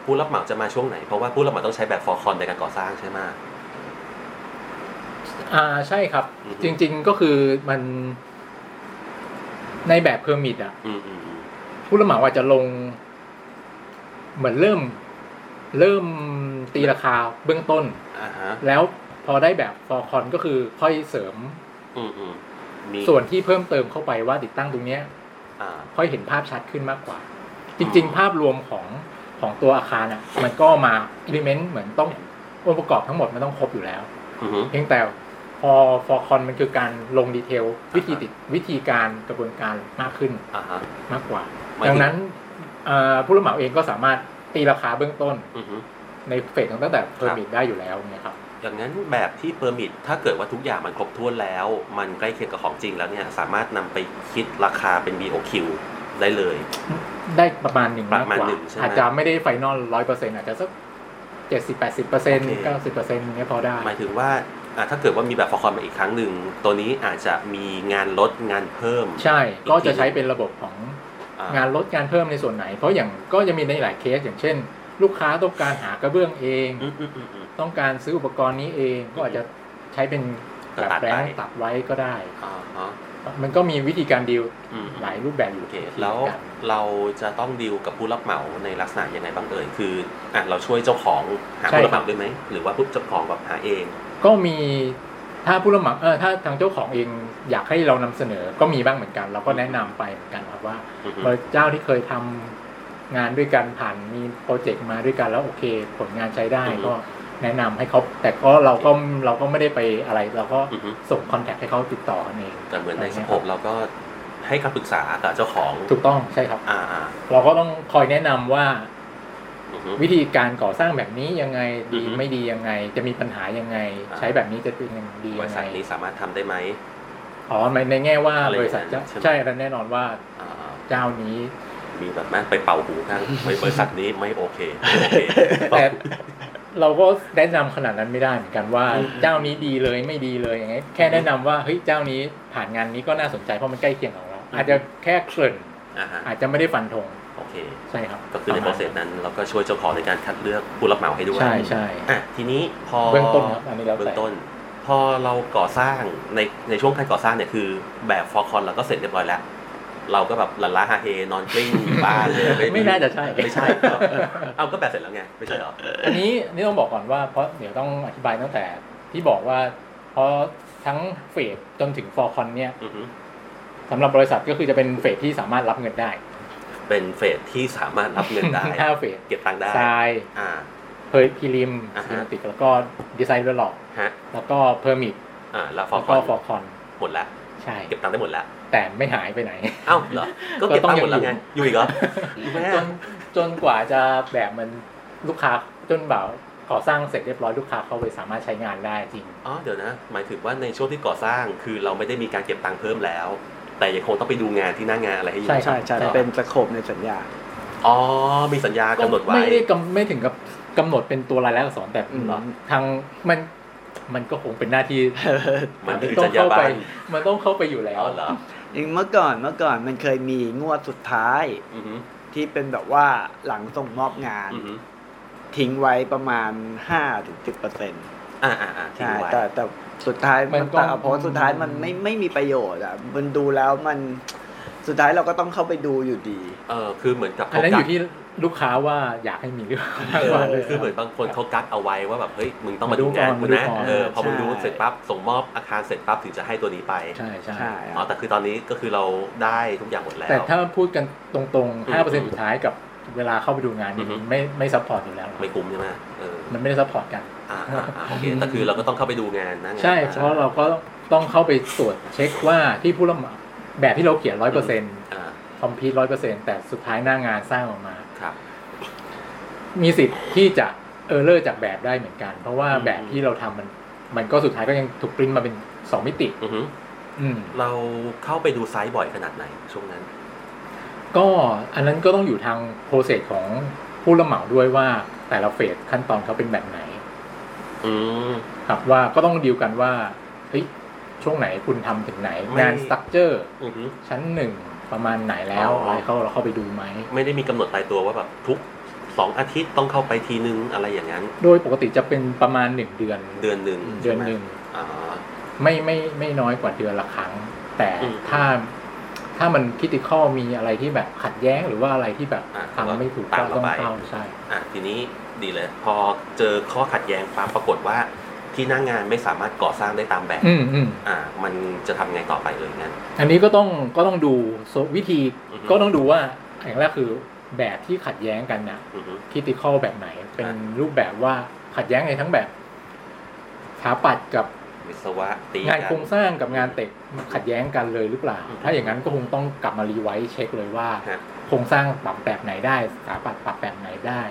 A: ผู้รับเหมาจะมาช่วงไหนเพราะว่าผู้รับเหมาต้องใช้แบบฟอร์คอนในการก่อสร้างใช่ไหม
C: อ่าใช่ครับ
A: อือฮึ
C: จริง ๆก็คือมันในแบบเพอร์มิทอ่ะ
A: อืมอืมอืม
C: ผู้รับเหมาอาจจะลง เหมือนเริ่ม เริ่มตีราคาเบื้องต้น
A: อ่าฮะ
C: แล้วพอได้แบบฟอร์คอนก็คือค่อยเสริม
A: อืมอืมมี
C: ส่วนที่เพิ่มเติมเข้าไปว่าติดตั้งตรงเนี้ย
A: อ่า
C: ค่อยเห็นภาพชัดขึ้นมากกว่า จริง ๆ ภาพรวมของของตัวอาคารอ่ะ มันก็มาอิเลเมนต์เหมือนต้ององค์ประกอบทั้งหมดมันต้องครบอยู่แล้ว
A: อือฮึ
C: เพียงแต่พอฟอร์คอนมันคือการลงดีเทล วิธีติดวิธีการกระบวนการมากขึ้น
A: อ่าฮะ
C: มากกว่า
A: หมายถึง
C: ดังนั้นเอ่อผู้รับเหมาเองก็สามารถตีราคาเบื้องต้น
A: อือฮึ
C: ในเฟสของตั้งแต่เพอร์มิทได้อยู่แล้วเนะครับ
A: อย่างนั้นแบบที่เ e อร์มิ t ถ้าเกิดว่าทุกอย่างมันครบถ้วนแล้ว มันใกล้เคียงกับของจริงแล้วเนี่ยสามารถนำไปคิดราคาเป็น BOQ ได้เลย
C: ได้ประมาณหนึ่งมาก
A: ประมาณ
C: กว่า
A: หนึ่งใช่ไหม
C: อาจจะไม่ได้ไฟนอลร้อยเปอร์เซ็นต์อาจจะสักเจ็ดสิบแปดสิบเปอร์เซ็นต์
A: โอ
C: เก้า
A: เค
C: สิบเปอร์เซ็นต์เนี้ยพอได้
A: หมายถึงว่าอ่ะถ้าเกิดว่ามีแบบฟอร์คอนมาอีกครั้งหนึ่ง ตัวนี้อาจจะมีงานลดงานเพิ่ม
C: ใช่
A: อีก
C: ก็
A: ที
C: จะใช้เป็นระบบของ
A: อ่ะ
C: งานลดงานเพิ่มในส่วนไหน เพราะอย่างก็จะมีในหลายเคส อย่างเช่น ลูกค้าต้องการหากระเบื้องเอง
A: อืมอืมอืมอืม
C: ต้องการซื้ออุปกรณ์นี้เอง ก็อาจจะใช้เป็นแบบ
A: ตัดไป
C: แบงค์ตัดไว้ก็ได้
A: อ่าฮะ
C: มันก็มีวิธีการดีล
A: อืม
C: หลายรูปแบบอยู่
A: โอเคแล้ว
C: กัน
A: เราจะต้องดีลกับผู้รับเหมาในลักษณะยังไงบ้างเอ่ยคืออ่ะเราช่วยเจ้าของหาผู้รับเหมาด้วยไหมหรือว่าผู้เจ้าของแบบหาเอง
C: ก็มีถ้าผู้รับเหมาเออถ้าทางเจ้าของเองอยากให้เรานำเสนอก็มีบ้างเหมือนกัน เราก็แนะนำไปเหมือนกันครับว่า
A: อือฮึ
C: เจ้าที่เคยทำงานด้วยกันผ่านมีโปรเจกต์มาด้วยกันแล้วโอเค ผลงานใช้ได้ก็แนะนำให้เขาแต่ก็เราก็เราก็ไม่ได้ไปอะไร เราก็
A: อือฮึ
C: ส่งคอนแทคให้เขาติดต่อกันเอง
A: แต่เหมือนในสโค
C: ครั
A: ปเราก็ให้คำปรึกษากับเจ้าของ
C: ถูกต้องใช่ครับ
A: อ่าอ่า
C: เราก็ต้องคอยแนะนำว่า
A: อือฮึ
C: วิธีการก่อสร้างแบบนี้ยังไงดี
A: อือฮึ
C: ไม่ดียังไง จะมีปัญหายังไง
A: อ่า
C: ใช้แบบนี้จะเป็นยังดี
A: บ
C: ยั
A: ริ
C: ง
A: ษั
C: ไง
A: ทนี้สามารถทำได้ไหม
C: อ๋อในในแง่ว่า
A: อะไร
C: บริษัทจะ
A: ใช่ไหม
C: ใช่แล้วแน่นอนว่า
A: อ่า
C: เจ้านี้
A: มีแบบแม่งไปเป่าหู ข้างไม่บริษัทนี้ไม่โอเคไม่โอเค
C: แต่เราก็แนะนำขนาดนั้นไม่ได้เหมือนกันว่า
A: อืม
C: เจ้านี้ดีเลยไม่ดีเลยอย่างเงี้ยแค่แนะนำว่าเฮ้ยเจ้านี้ผ่านงานนี้ก็น่าสนใจเพราะมันใกล้เคียงของเราอาจจะแค่เกริ่น
A: อ่าฮะ
C: อาจจะไม่ได้ฟันธง
A: โอเค
C: ใช่ครับ
A: ก็คือในโปรเซสนั้นเราก็ช่วยเจ้าของในการคัดเลือกผู้รับเหมาให้ด้วย
C: ใช่ใช่
A: อ่ะทีนี้พอ
C: เบื้องต้นครับอันนี้แล้ว
A: เบื้อ
C: แต่
A: งต้น พอเราก่อสร้างในในช่วงการก่อสร้างเนี่ยคือแบบฟอร์คอนเราก็เสร็จเรียบร้อยแล้ว เราก็แบบหลันล้าฮาเฮนอนก ลิ้งอยู่บ้านเลย
C: ไม่น่าจะใช่
A: ไม่ใช่ เหรอเอาก็แบบเสร็จแล้วไงไม่ใช่เหรอ
C: อันนี้นี่ต้องบอกก่อนว่าเพราะเดี๋ยวต้องอธิบายตั้งแต่ที่บอกว่าเพราะทั้งเฟสจนถึงฟอร์คอนเนี่ย
A: อือฮึ
C: สำหรับบริษัทก็คือจะเป็นเฟสที่สามารถรับเงินได้
A: เป็นเฟสที่สามารถรับเงิน ได้
C: ห้าเฟส
A: เก็บตังค์ได้
C: ทราย
A: อ่า
C: เพยพิลิม
A: อ่าฮะ
C: พิมติกแล้วก็ดีไซน์เดลอก
A: ฮะ
C: แล้วก็เพอร์มิท
A: อ่าแล้วฟอ
C: แล้
A: ร์
C: ว
A: คอน
C: ก็ฟอร์คอน
A: หมดละ
C: ใช่
A: เก็บตังค์ได้หมดละ
C: แต่ไม่หายไปไหน
A: เอ้าเหรอก็เก็บตังค์หมดแล้วไงอยู่อีกเหรอ อยู่ไหม
C: จ
A: อ่ะ
C: นจนกว่าจะแบบมันลูกค้าจนแบบก่อสร้างเสร็จเรียบร้อยลูกค้าเข้าไปสามารถใช้งานได้จริง
A: อ๋อเดี๋ยวนะ หมายถึงว่าในช่วงที่ก่อสร้างคือเราไม่ได้มีการเก็บตังค์เพิ่มแล้ว แต่ยังคงต้องไปดูงานที่หน้างานอะไรให้อยู่
C: ใช่ใช่ใช่
B: เป็นสโคปในสัญญา
A: อ๋อ มีสัญญากำหนดไว้
C: ไม่ได้กำไม่ถึงกับกำหนดเป็นตัวรายลักษณ์อักษรแต่
B: อืม
C: ทางมันมันก็คงเป็นหน้าที่
A: มันคือ
C: ต้อ
A: สั
C: ง
A: ญญา
C: เข้าไป
A: บ้าน
C: มันต้องเข้าไปอยู่แล้ว
A: อ๋อเหรอ
B: อย่างเมื่อก่อนเมื่อก่อนมันเคยมีงวดสุดท้าย
A: อือฮึ
B: ที่เป็นแบบว่าหลังส่งมอบงาน
A: อือฮึ
B: ทิ้งไว้ประมาณ5ถึง10เปอร์เซ็นต์
A: อ่าอ่าอ่าทิ้ง
B: ใช่
A: ไว้
B: แต่แต่สุดท้าย
C: มั
B: มัน
C: นก็
B: แต่เพราะสุดท้ายมันไม่ไม่มีประโยชน์อ่ะมันดูแล้วมันสุดท้ายเราก็ต้องเข้าไปดูอยู่ดี
A: เออคือเหมือนกับ
C: อัน
A: เขา
C: นั้นอ
A: กัก
C: ยู่ที่ลูกค้าว่าอยากให้มีหรือเปล่ ามากกว่า
A: เอ
C: เล
A: อย คือเหมือนบางคนเขากักเอาไว้ว่าแบบเฮ้ยมึงต้องมา
C: มาดู
A: ดูงาน
C: ก่อน
A: กูนะ
C: มาดูก่อน
A: เออพอมึง
B: ใช่
A: ดูเสร็จปั๊บส่งมอบอาคารเสร็จปั๊บถึงจะให้ตัวนี้ไป
C: ใช่ใช่
B: ใช่
A: อ๋อแต่คือตอนนี้ก็คือเราได้ทุกอย่างหมดแล้ว
C: แต่ถ้าพูดกันตรง
A: อื
C: ๆ
A: ม
C: 5%สุดท้ายกับเวลาเข้าไปดูงานเนี่ย
A: อือฮึ
C: ไม่ไม่ซัพพอร์ตอยู่แล้ว
A: ไม่คุ้มใช่ไหมเออ
C: มันไม่ได้ซัพพอร์ตกัน
A: อ่าอ่าอ่าโอ เคแต่คือเราก็ต้องเข้าไปดูงานนะงาน
C: ใช่
A: อ่
C: เพราะเราก็ต้องเข้าไปตรวจเช็คว่าที่ผู้รับเหมาแบบที่เราเขียน 100%
A: อ่า
C: คอมพิวต์100%แต่สุดท้ายหน้างานสร้างออกมา
A: ครับ
C: มีสิทธิ์ที่จะเออเลอร์จากแบบได้เหมือนกัน เพราะว่า
A: อืม
C: แบบที่เราทำมัน มันก็สุดท้ายก็ยังถูกปริ้นมาเป็น 2 มิติ
A: อือฮึ
C: อืม
A: เราเข้าไปดูไซต์บ่อยขนาดไหนช่วงนั้น
C: ก็อันนั้นก็ต้องอยู่ทางโปรเซสของผู้รับเหมาด้วยว่าแต่ละเฟสขั้นตอนเขาเป็นแบบไหน
A: อืม
C: ครับว่าก็ต้องดีลกันว่าเฮ้ยช่วงไหนคุณทำถึงไหน
A: ไม่
C: งานสตั๊กเจอร์
A: อือฮึ
C: ชั้นหนึ่งประมาณไหนแล้ว
A: อ๋ออ
C: อะไรเข้าเราเข้าไปดูไหม
A: ไม่ได้มีกำหนดตายตัวว่าแบบทุกสองอาทิตย์ต้องเข้าไปทีนึงอะไรอย่างนั้น
C: โดยปกติจะเป็นประมาณหนึ่งเดือน
A: เดือนหนึ่ง
C: เดือน
A: ใช่ไม
C: หนึ่ง
A: อ่า
C: ไม่ไม่ไม่น้อยกว่าเดือนละครั้ง แต่
A: อืม
C: ถ้าถ้ามันคิดติข้อมีอะไรที่แบบขัดแย้งหรือว่าอะไรที่แบบ
A: อ่ะ
C: ทำไม่ถูก
A: ตามเรา
C: ต้องต้อง
A: ไป
C: เข้าใช่
A: อ่ะทีนี้ดีเลย พอเจอข้อขัดแย้งปั๊บปรากฏว่าที่หน้างงานไม่สามารถก่อสร้างได้ตามแบบ
C: อืมอืม
A: อ่า มันจะทำไงต่อไปเลยงั้น
C: อันนี้ก็ต้องก็ต้องดูโซวิธี
A: อือฮึ
C: ก็ต้องดูว่าอย่างแรกคือแบบที่ขัดแย้งกันน่ะ
A: อือฮึ
C: คิติคอลแบบไหน เป็น
A: อ่ะ
C: รูปแบบว่าขัดแย้งในทั้งแบบสถาปัตย์กับ
A: วิศวะตี
C: งาน
A: กั
C: โครงสร้างกับงานเตะขัดแย้งกันเลยหรือเปล่า
A: อืม
C: ถ้าอย่างนั้นก็คงต้องกลับมารีไวซ์เช็คเลยว่า
A: ฮะ
C: โครงสร้างปรับแบบไหนได้สถาปัตย์ปรับแบบไหนได้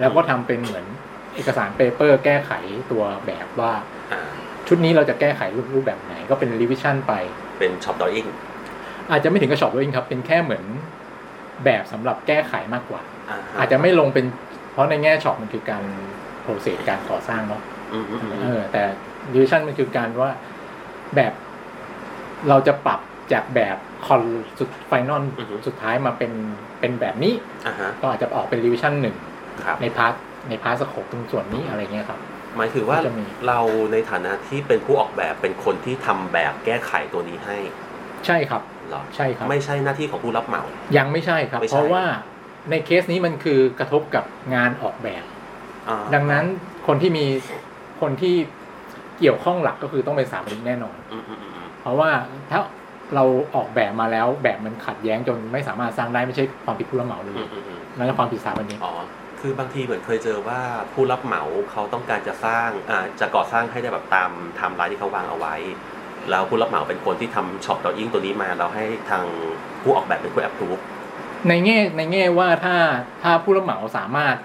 C: แล้วก็ทำเป็นเหมือน เอกสารเปเปอร์แก้ไขตัวแบบว่า
A: อ่า
C: ชุดนี้เราจะแก้ไขรูปแบบไหนก็เป็นรีวิชั่นไป
A: เป็นช็อปดออิ่ง
C: อาจจะไม่ถึงกับช็อปด้วยครับ เป็นแค่เหมือนแบบสำหรับแก้ไขมากกว่า
A: อา
C: อาจจะไม่ลงเป็นเพราะในแง่ช็อปมันคือการโปรเซสการก่อสร้างเนาะ
A: อืมอืมอืม
C: เออแต่ดิวิชั่นมันคือการว่าแบบเราจะปรับจากแบบคอนสุดไฟนอลสุดท้ายมาเป็นเป็นแบบนี้
A: อ่าฮะ
C: ก็อาจจะออกเป็นดิวิชั่นหนึ่ง
A: ครับ
C: ในพาร์ทในพาร์ทสโคปตรงส่วนนี้อะไรเงี้ยครับ
A: หมายถึงว่า
C: ก็จะมี
A: เราในฐานะที่เป็นผู้ออกแบบเป็นคนที่ทำแบบแก้ไขตัวนี้ให้
C: ใช่ครับ
A: เหรอ
C: ใช่ครับ
A: ไม่ใช่หน้าที่ของผู้รับเหมา
C: ยังไม่ใช่ครับ
A: ไม่ใช่
C: เพราะว่าในเคสนี้มันคือกระทบกับงานออกแบบ
A: อ่า
C: ดังนั้นคนที่มีคนที่เกี่ยวข้องหลักก็คือต้องเป็นสถาปนิกแน่นอน
A: อืมอืมอืมอืม
C: เพราะว่าถ้าเราออกแบบมาแล้วแบบมันขัดแย้งจนไม่สามารถสร้างได้ไม่ใช่ความผิดผู้รับเหมาเลย
A: อืมอืมอืม
C: นั่นคือความผิดสถาปนิก
A: อ๋อคือบางทีเหมือนเคยเจอว่าผู้รับเหมาเขาต้องการจะสร้างอ่าจะก่อสร้างให้ได้แบบตามไทม์ไลน์ที่เขาวางเอาไว้ แล้วผู้รับเหมาเป็นคนที่ทำช็อปดออิ่งตัวนี้มาเราให้ทางผู้ออกแบบเป็นคนแอปรูฟ
C: ในแง่ในแง่ว่าถ้าถ้าผู้รับเหมาสามารถ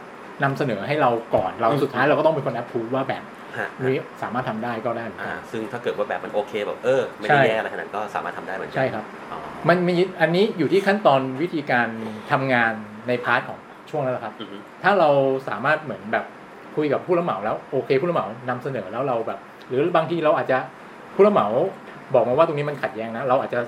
C: นำเสนอให้เราก่อนเราสุดท้ายเราก็ต้องเป็นคนแอปพูดว่าแบบ
A: ฮะ
C: นี้สามารถทำได้ก็ได้เหมือน
A: อ่า
C: กัน
A: ซึ่งถ้าเกิดว่าแบบมันโอเคแบบเออ ไม่ได้
C: ใช่
A: แย่อะไรขนาดนั้นก็สามารถทำได้เหมือนกั
C: ใช่ครับ
A: อ๋อ
C: มันมีอันนี้อยู่ที่ขั้นตอนวิธีการทำงานในพาร์ทของช่วงนั้นแหละครับ
A: อืมอืม
C: ถ้าเราสามารถเหมือนแบบคุยกับผู้รับเหมาแล้วโอเคผู้รับเหมานำเสนอแล้วเราแบบ หรือบางทีเราอาจจะผู้รับเหมาบอกมาว่าตรงนี้มันขัดแย้งนะ เราอาจจะ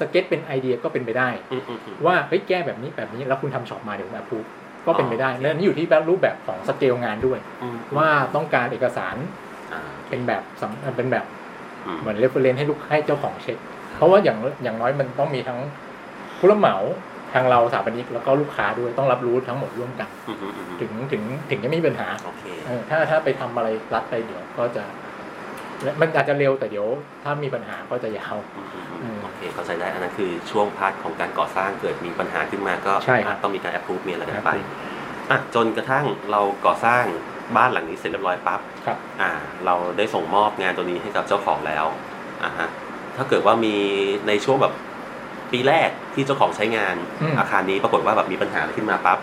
C: สเก็ตเป็นไอเดียก็เป็นไปได้
A: อืมอืมอืม
C: ว่าเฮ้ยแก้แบบนี้แบบนี้แล้วคุณทำช็อปมาเดี๋ยวผมแอปพูก็เป็นไปได้และนี่อยู่ที่แบบรูปแบบของสเกลงานด้วย
A: อืม
C: ว่าต้องการเอกสาร
A: อ่า
C: เป็นแบบสำเป็นแบบ
A: อืม
C: เหมือนเรฟเฟรนให้ลูกให้เจ้าของเช็ค เพราะว่าอย่างอย่างน้อยมันต้องมีทั้งผู้รับเหมาทางเราสถาปนิกแล้วก็ลูกค้าด้วยต้องรับรู้ทั้งหมดร่วมกัน
A: อืมอืมอืม
C: ถึงถึงถึงจะไม่มีปัญหา
A: โอเค
C: เออถ้าถ้าไปทำอะไรรัดไปเดี๋ยวก็จะและมันอาจจะเร็วแต่เดี๋ยว ถ้ามีปัญหาก็จะยาว
A: อืมอืม
C: เอ
A: อืม
C: อ
A: โอเค เข้าใจได้ อันนั้นคือช่วงพาร์ทของการก่อสร้างเกิดมีปัญหาขึ้นมาก็
C: ใช่ครับ
A: ต้องมีการแอปพรูฟมีอะไรกัน
C: ค
A: ไป
C: รับ
A: อ่ะจนกระทั่งเราก่อสร้างบ้านหลังนี้เสร็จเรียบร้อยปั๊บ
C: ครับ
A: อ่า เราได้ส่งมอบงานตัวนี้ให้กับเจ้าของแล้วอ่าฮะถ้าเกิดว่ามีในช่วงแบบปีแรกที่เจ้าของใช้งาน
C: อืม
A: อาคารนี้ปรากฏว่าแบบมีปัญหาอะไรขึ้นมาปั๊บ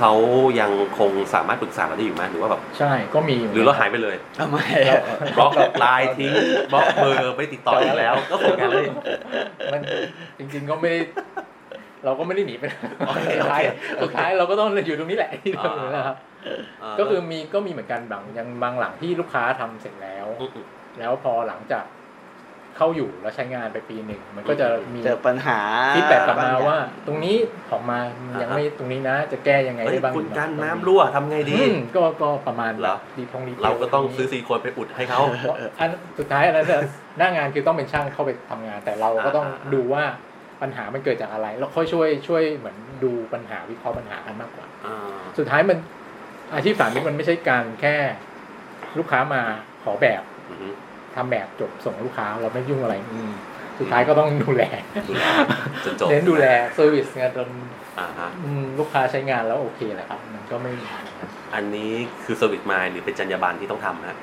A: เขายังคงสามารถปรึกษาเราได้อยู่ไหมหรือว่าแบบ
C: ใช่ก็มี
A: หรือเราหายไปเลย
B: ทำไม
C: เรา
A: บล็อกไลน์ทิ้งบล็อกเบอร์ไม่ติดต่ออีกแล้ว ก็ส่งงานเลย
C: มันจริง ๆก็ไม่ได้เราก็ไม่ได้หนีไปนะ
A: โอเค
C: สุด
A: โอ
C: ท้าย
A: เค
C: สุดท้ายเราก็ต้องอยู่ตรงนี้แหละที่เดิมนะครับ
A: เ
C: ก็คือมีก็มีเหมือนกันบางยังบางหลังที่ลูกค้าทำเสร็จแล้ว
A: อืมอืม
C: แล้วพอหลังจากเข้าอยู่แล้วใช้งานไปปีหนึ่ง มันก็จะมี
B: เจอปัญหา
C: ฟีดแบ็กกลับมา
B: อย่ง
C: ว่า ตรงนี้ของมายัง
A: อ่า
C: ไม่ตรงนี้นะ จะแก้ยังไง
A: เฮ้ย
C: ได้บ้าง
A: คุณการน้ำรั่วทำไงดี
C: อืมก็ก็ประมาณ
A: เหรอ
C: ดีพงดี
A: เราก็ต้องซื้อซีโคนไปอุดให้เขา
C: อันสุดท้ายอันนั้นน่ะหน้างานคือต้องเป็นช่างเข้าไปทำงาน แต่เราก็ต้อง
A: อ่าอ่า
C: ดูว่าปัญหามันเกิดจากอะไร แล้วค่อยช่วยช่วยเหมือนดูปัญหาวิเคราะห์ปัญหากันมากกว่า
A: อ่า
C: สุดท้ายมันอาชีพสามมิตมันไม่ใช่การแค่ลูกค้ามาขอแบบ
A: อืม
C: ทำแบบจบส่งลูกค้าเราไม่ยุ่งอะไร สุดท้ายก็ต้องดูแล
A: ดูแลจนจบ
C: เน้นดูแลเซอร์วิสงานจน
A: อ่าฮะ
C: อืมลูกค้าใช้งานแล้วโอเคแหละครับ มันก็ไม่มีปัญหา
A: อันนี้คือสวิตไมล์หรือเป็นจรรยาบรรณที่ต้องทำฮะ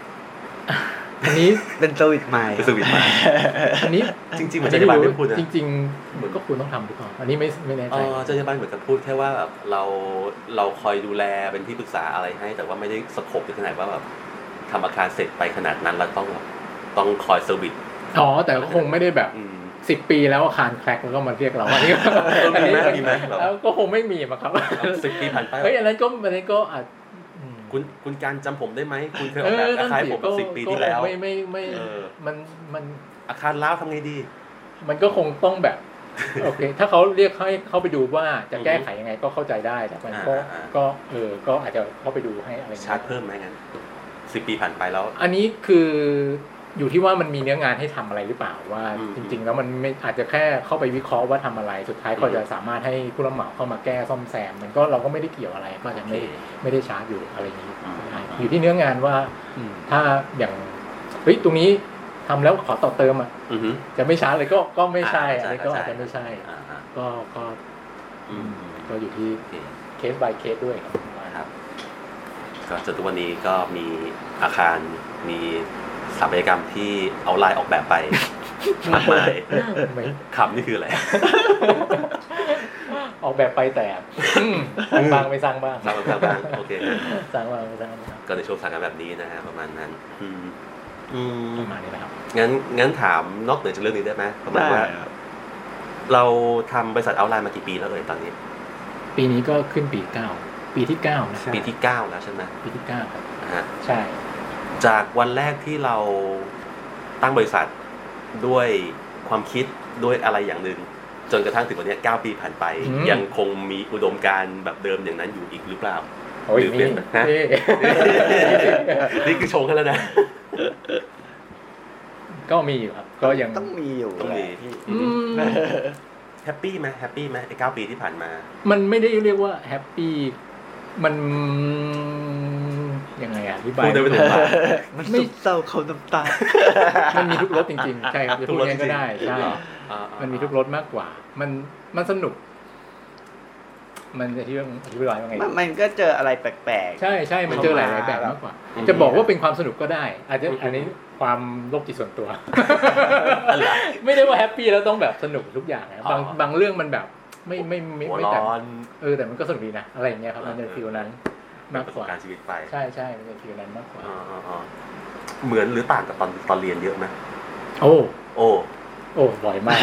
C: อันนี้
B: เป็นสวิตช์ใหม่
A: เป็นสวิตไมล์
C: อันนี้
A: จริงๆเหมือนจรรยาบรรณไม่พูดนะ
C: จริงๆมันก็คุณต้องทำทุกคนอันนี้ไม่ไม่แน่
A: เอ
C: ใจ
A: อจรรยาบรรณเหมือนกับพูดแค่ว่าแบบเราเราคอยดูแลเป็นที่ปรึกษาอะไรให้ แต่ว่าไม่ได้สโคบถึงขนาดว่าแบบทำอาคารเสร็จไปขนาดนั้นเราต้องแบบต้องคอยเซอร์วิส
C: อ๋อแต่ก็คงไม่ได้แบบ
A: อืม
C: สิบปีแล้วอาคารแคลกแล้วก็มาเรียกเราอันนี้
A: มีไหมมีไหม
C: แล้วก็คงไม่มีมั้งครับ
A: สิบปีผ่านไป
C: เฮ้ยอันนั้นก็อันนั้นก็อาจอืม
A: คุณคุณการจำผมได้ไหม คุณเคยออกแบบอาคารให้ผมสิบปีที่แล้ว
C: ก็ไม่ไม่ไม่
A: เออ
C: มันมัน
A: อาคารล้าวทำไงดี
C: มันก็คงต้องแบบ โอเค ถ้าเขาเรียกให้เข้าไปดูว่าจะแก้ไขยังไงก็เข้าใจได้แต่มันก็
A: อ่าอ่า
C: ก็เออก็อาจจะเข้าไปดูให้อะไร
A: ชาร์จเพิ่มไหมงั้นสิบปีผ่านไปแล้ว
C: อันนี้คืออยู่ที่ว่ามันมีเนื้องานให้ทำอะไรหรือเปล่าว่า
A: อืม
C: จริง ๆ แล้วมันไม่อาจจะแค่เข้าไปวิเคราะห์ว่าทำอะไรสุดท้ายก็
A: อืม
C: จะสามารถให้ผู้รับเหมาเข้ามาแก้ซ่อมแซม มันก็เราก็ไม่ได้เกี่ยวอะไรก็จะไม่ไม่ได้ชาร์จอยู่อะไรอย่างนี้ได้อยู่ที่เนื้องานว่าถ้าอย่างเฮ้ยตรงนี้ทำแล้วขอต่อเติมอ่ะ
A: อือฮึ
C: จะไม่ช้าเลยก็ก็ไม่ใช่
A: อ่า
C: อันนี้
A: ใช่
C: ก็
A: ใช่
C: อาจจะไม่ใช่
A: อ่าฮะ
C: ก็ก็
A: อืม
C: ก็อยู่ที่
A: โอเค
C: เคส by เคสด้วยครับ
A: ครับ ก็จนทุกวันนี้ก็มีอาคารมีสถาปัตยกรรมที่เอาลายออก แบบไป มากมาย
C: ไม่
A: ขำนี่คืออะไร
C: ออกแบบไปแต่อืมสร้างบ้างไม่สร้างบ้าง
A: สร้างบ้างสร้างบ้างโอเคครับ
C: สร้างบ้างไม่สร้างบ้าง
A: ก็ในช่วงสถานการณ์แบบนี้นะฮะประมาณนั้น อืมอืม
C: ประมาณนี้นะครับ
A: งั้นงั้นถามนอกเหนือจากเรื่องนี้ได้ไหมประมาณ
B: ได้
A: ว่า
B: ครับ
A: เราทำบริษัทเอาไลน์มากี่ปีแล้วเอ่ยตอนนี้
C: ปีนี้ก็ขึ้นปีเก้าปีที่เก้านะ
B: ใช่
A: ปีที่เก้าแล้วใช่ไหม
C: ปีที่เก้าครับ
A: นะฮะ
C: ใช่
A: จากวันแรกที่เราตั้งบริษัทด้วยความคิดด้วยอะไรอย่างหนึ่งจนกระทั่งถึงวันเนี้ยเก้าปีผ่านไป ยังคงมีอุดมการณ์แบบเดิมอย่างนั้นอยู่อีกหรือเป ล่า
C: โอ้ย
A: หรือ
C: นี่
A: เปลี่ยนนะ
C: เท่
A: นี่คือชงกันแล้วนะ
C: ก็มีอยู่ครับ ก็ยัง
B: ต้องมีอยู่
A: ต้องมี
B: แหละพี่
C: อืม
A: แฮปปี้ไหมแฮปปี้ไหมไอ้เก้าปีที่ผ่านมา
C: มันไม่ได้เรียกว่าแฮปปี้มันยังไงอะอธิบาย
A: พูดได้ไม่ถูกปาก
B: มันสุดเศร้าเขาน้ำตา
C: มันมีทุกรสจริงๆใช่ครับจะพูดงั้นก็ได้ใช่
A: เหรออ่าๆๆ
C: มันมีทุกรสมากกว่า มัน มันสนุก มันจะที่ว่าอธิบายว่าไง
B: มันมันก็เจออะไรแปลก
C: ใช่ ใช่ มันเจอหลายๆแบบมากกว่า
A: อืม
C: จะบอกว่าเป็นความสนุกก็ได้ อาจจะ
A: อืม
C: อันนี้ความโรคจิตส่วนตัว ไม่ได้ว่าแฮปปี้แล้วต้องแบบสนุกทุกอย่างนะบาง บางเรื่องมันแบบ ไม่ ไม่ ไม่
A: หัว
C: ไม่แต่
A: ร้อน
C: เออ แต่มันก็สนุกดีนะ อะไรอย่างเงี้ยครับ มันจะฟิลนั้นมากกว่า
A: ประสบการณ์ชีวิตไป
C: ใช่ใช่มันจะฟิลนั้นมากกว่า
A: อ๋ออ๋ออ๋อเหมือนหรือต่างกับตอนตอนเรียนเยอะไหม
C: โอ้
A: โอ้
C: โอ้บ่อย มาก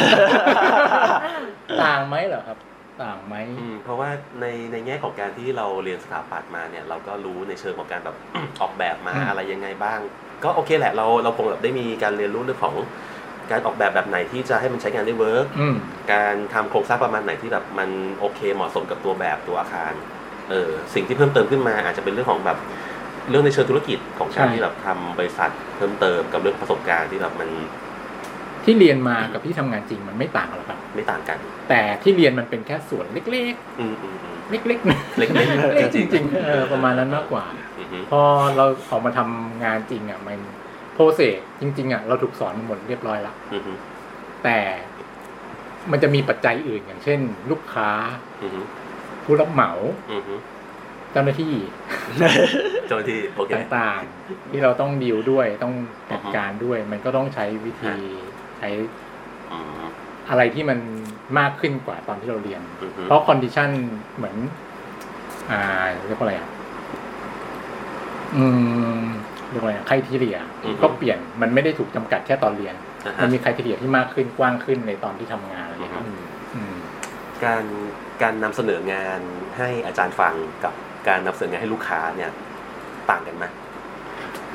C: ต่างไหมเหรอครับ ต่างไหม
A: อืมเพราะว่าในในแง่ของการที่เราเรียนสถาปัตย์มาเนี่ย เราก็รู้ในเชิงของการแบบ ออกแบบมา
C: อืม
A: อะไรยังไงบ้าง ก็โอเคแหละเราเราคงแบบได้มีการเรียนรู้เรื่องของการออกแบบแบบไหนที่จะให้มันใช้งานได้เวิร์ก
C: อืม
A: การทำโครงสร้างประมาณไหนที่แบบมันโอเคเหมาะสมกับตัวแบบตัวอาคารเออสิ่งที่เพิ่มเติมขึ้นมาอาจจะเป็นเรื่องของแบบเรื่องในเชิงธุรกิจของการ
C: ใช่
A: ที่แบบทำบริษัทเพิ่มเติมกับเรื่องประสบการณ์ที่แบบมัน
C: ที่เรียนมากับที่ทำงานจริงมันไม่ต่างหรอกครับ
A: ไม่ต่างกัน
C: แต่ที่เรียนมันเป็นแค่ส่วนเล็กๆ
A: อืมอืมอืม
C: เล็กๆนะ
A: เล็กๆ
C: เล็กๆจ
A: จริ
C: ริ
A: ง
C: งๆ
A: ๆ
C: เออประมาณนั้นมากกว่า
A: อือฮึ
C: พอเราออกมาทำงานจริงอ่ะมันโปรเซสจริง ๆอ่ะเราถูกสอนหมดเรียบร้อยละ
A: อือฮึ
C: แต่มันจะมีปัจจัยอื่นอย่างเช่น ลูกค้า
A: อือฮึ
C: ผู้รับเหมา
A: อือฮึ
C: เจ้าหน้าที่
A: เจ้าหน้าที่โอเค
C: ต่างๆ ที่เราต้องดีลด้วยต้องจัดการด้วย มันก็ต้องใช้วิธีใช้
A: อืม
C: อะไรที่มันมากขึ้นกว่าตอนที่เราเรียน
A: อือฮึ
C: เพราะคอนดิชันเหมือน อ่าเรียกว่าอะไรอ่ะ อืมเรียกว่าอะไรใครทีเรียก็เปลี่ยนมันไม่ได้ถูกจำกัดแค่ตอนเรียน
A: อ่าฮะ
C: มันมีใครทีเรียที่มากขึ้นกว้างขึ้นในตอนที่ทำงานอะไรอย่างเงี้ยครับอืม
A: การการนำเสนองานให้อาจารย์ฟังกับการนำเสนองานให้ลูกค้าเนี่ยต่างกันไหม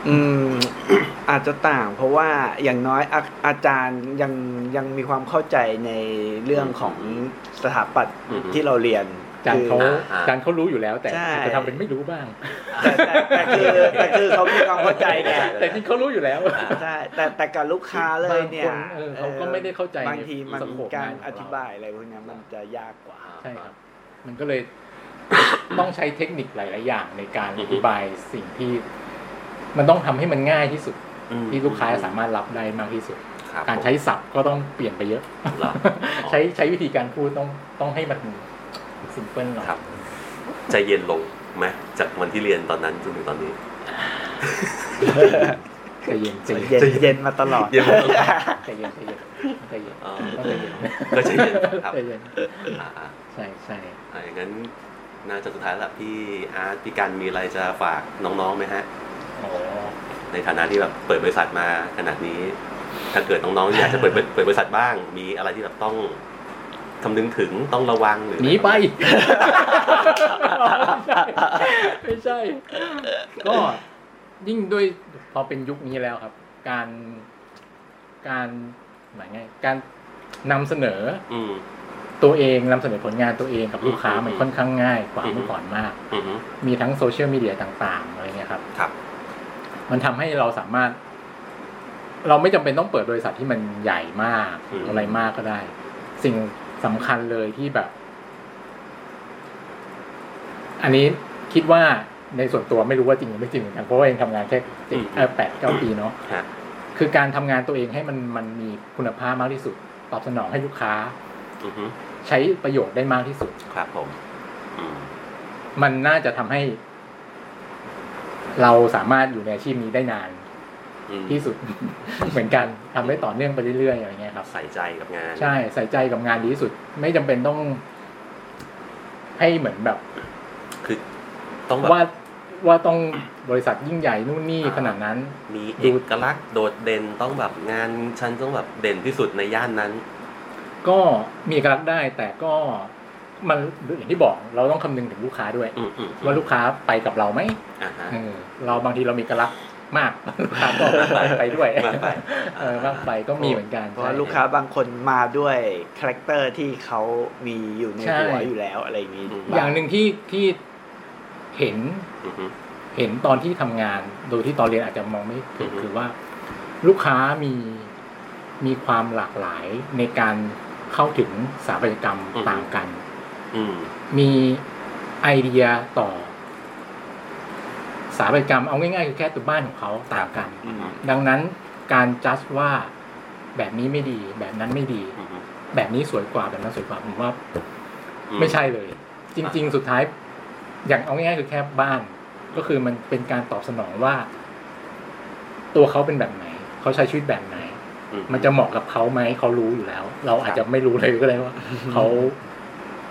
B: อืม อาจจะต่างเพราะว่าอย่างน้อยอาอาจารย์ยังยังมีความเข้าใจในเรื่องของสถาปัตย์
A: อือฮึ
B: ที่เราเรียน
C: จานเขา
B: คือ
A: อ่า
C: จานเขารู้อยู่แล้ว แต่
B: ใช่
C: อาจจะทำเป็นไม่รู้บ้าง
B: แต่แต่แต่คือแต่คือเขามีความเข้าใจไง
C: แต่จริงเขารู้อยู่แล้ว
B: ใช่แต่แต่กับลูกค้าเลยเนี่ย
C: บางคนเออเขาก็ไม่ได้เข้าใจ
B: บางทีมัน
C: สโคป
B: การ
C: งานของเรา
B: อธิบายอะไรพวกเนี้ยมันจะยากกว่า
C: ใช่ครับ มันก็เลย ต้องใช้เทคนิคหลาย ๆ อย่างในการอธิบายสิ่งที่ มันต้องทำให้มันง่ายที่สุด
A: อืม
C: ที่ลูกค้าสามารถรับได้มากที่สุด
A: คบ
C: การใช้ศัพท์ก็ต้องเปลี่ยนไปเยอะ
A: ผมเหรอ
C: ใช้ใช้วิธีการพูดต้องต้องให้มันสิมเพิลหน่อย
A: ครับ ใจเย็นลงไหมจากวันที่เรียนตอนนั้นจนถึงตอนนี้
C: ใจเย็นใจเย็น
B: เย็นเย็นมาตลอด
A: เย็นมาตลอด
C: ใจเย็นใจเย็นใจเย็น
A: เออ
C: ต้องใจเย็น
A: ก็ใจเย็นครับ
C: ใจเย็น
A: อ่าอ่า
C: ใช่ใช่
A: อ่าอย่างนั้นน่าจะสุดท้ายแล้วพี่อาร์ตพี่การมีอะไรจะฝากน้องๆไหมฮะ
C: อ๋อ
A: ในฐานะที่แบบเปิดบริษัทมาขนาดนี้ ถ้าเกิดน้องๆอยากจะเปิดเปิ ดเปิดบริษัทบ้าง มีอะไรที่แบบต้องคำนึงถึงต้องระวังหรือ
C: หนีไป ไม่ใช่ ก็ยิ่งด้วยพอเป็นยุคนี้แล้วครับ การการหมายไงการนำเสนอ
A: อืม
C: ตัวเองนำเสนอผลงานตัวเองกับลูกค้า
A: อืม
C: มันค่อนข้างง่ายกว่า
A: อืม
C: เมื่อก่อนมาก
A: อือฮึ
C: มีทั้งโซเชียลมีเดียต่าง ๆ อะไรเงี้ยครับ
A: ครับ
C: มันทำให้เราสามารถ เราไม่จำเป็นต้องเปิดบริษัทที่มันใหญ่มากหรืออะไรมากก็ได้ สิ่งสำคัญเลยที่แบบ อันนี้คิดว่าในส่วนตัวไม่รู้ว่าจริงหรือไม่จริงเหมือนกันเพราะว่าเองทำงานแค่เจ็ดเอ่อแปดเก้าปีเนาะ
A: ฮะ
C: คือการทำงานตัวเองให้มันมันมีคุณภาพมากที่สุด ตอบสนองให้ลูกค้า
A: อือฮึ
C: ใช้ประโยชน์ได้มากที่สุด
A: ครับผมอืม
C: มันน่าจะทำให้ เราสามารถอยู่ในอาชีพนี้ได้นาน
A: อืม
C: ที่สุด เหมือนกันทำได้ต่อเนื่องไปเรื่อยๆอะไรเงี้ยครับ
A: ใส่ใจกับงาน
C: ใช่ใส่ใจกับงานดีที่สุด ไม่จำเป็นต้อง ให้เหมือนแบบ
A: คือต้องแบบ
C: ว่าว่าต้องบริษัทยิ่งใหญ่นู่นนี่
A: อ่า
C: ขนาดนั้น
A: มีเอกลักษณ์โดดเด่นต้องแบบงานฉันต้องแบบเด่นที่สุดในย่านนั้น
C: ก็มีเอกลักษณ์ได้แต่ก็มันอย่างที่บอกเราต้องคำนึงถึงลูกค้าด้วย
A: อืมอืมอืม
C: ว่าลูกค้าไปกับเราไหม
A: อ่าฮะ
C: เออเราบางทีเรามีเอกลักษณ์มากลู กค้าก็ไปไปด้วย
A: มากไป
C: เออมากไปก็มีเหมือนกัน
B: เพราะว่า
C: ใช่
B: ลูกค้าบางคนมาด้วยคาแรคเตอร์ที่เขามีอยู่ใน
C: ใช่
B: หัวอยู่แล้วอะไรอย่างนี้
A: อืม
C: อย่างหนึ่งที่ที่เห็น
A: อือฮึ
C: เห็นตอนที่ทำงาน โดยที่ตอนเรียนอาจจะมองไม่ถึง
A: อือฮึ
C: คือว่า ลูกค้ามีมีความหลากหลายในการเข้าถึงสถาปัตยกรรมต่างกัน
A: อืม
C: มีไอเดียต่อสถาปัตยกรรมเอาง่ายๆคือแค่ตัวบ้านของเขาต่างกัน
A: อืม
C: ดังนั้นการจัดว่าแบบนี้ไม่ดี แบบนั้นไม่ดี
A: อืมอืม
C: แบบนี้สวยกว่าแบบนั้นสวยกว่าผมว่า
A: อื
C: ไม่ใช่เลย จริง ๆ สุดท้าย อย่างเอาง่ายๆคือแค่บ้าน ก็คือมันเป็นการตอบสนองว่า ตัวเขาเป็นแบบไหน เขาใช้ชีวิตแบบไหน
A: อื
C: มันจะเหมาะกับเขาไหมเขารู้อยู่แล้ว เราอาจจะไม่รู้เลยก็ได้ว่าเขา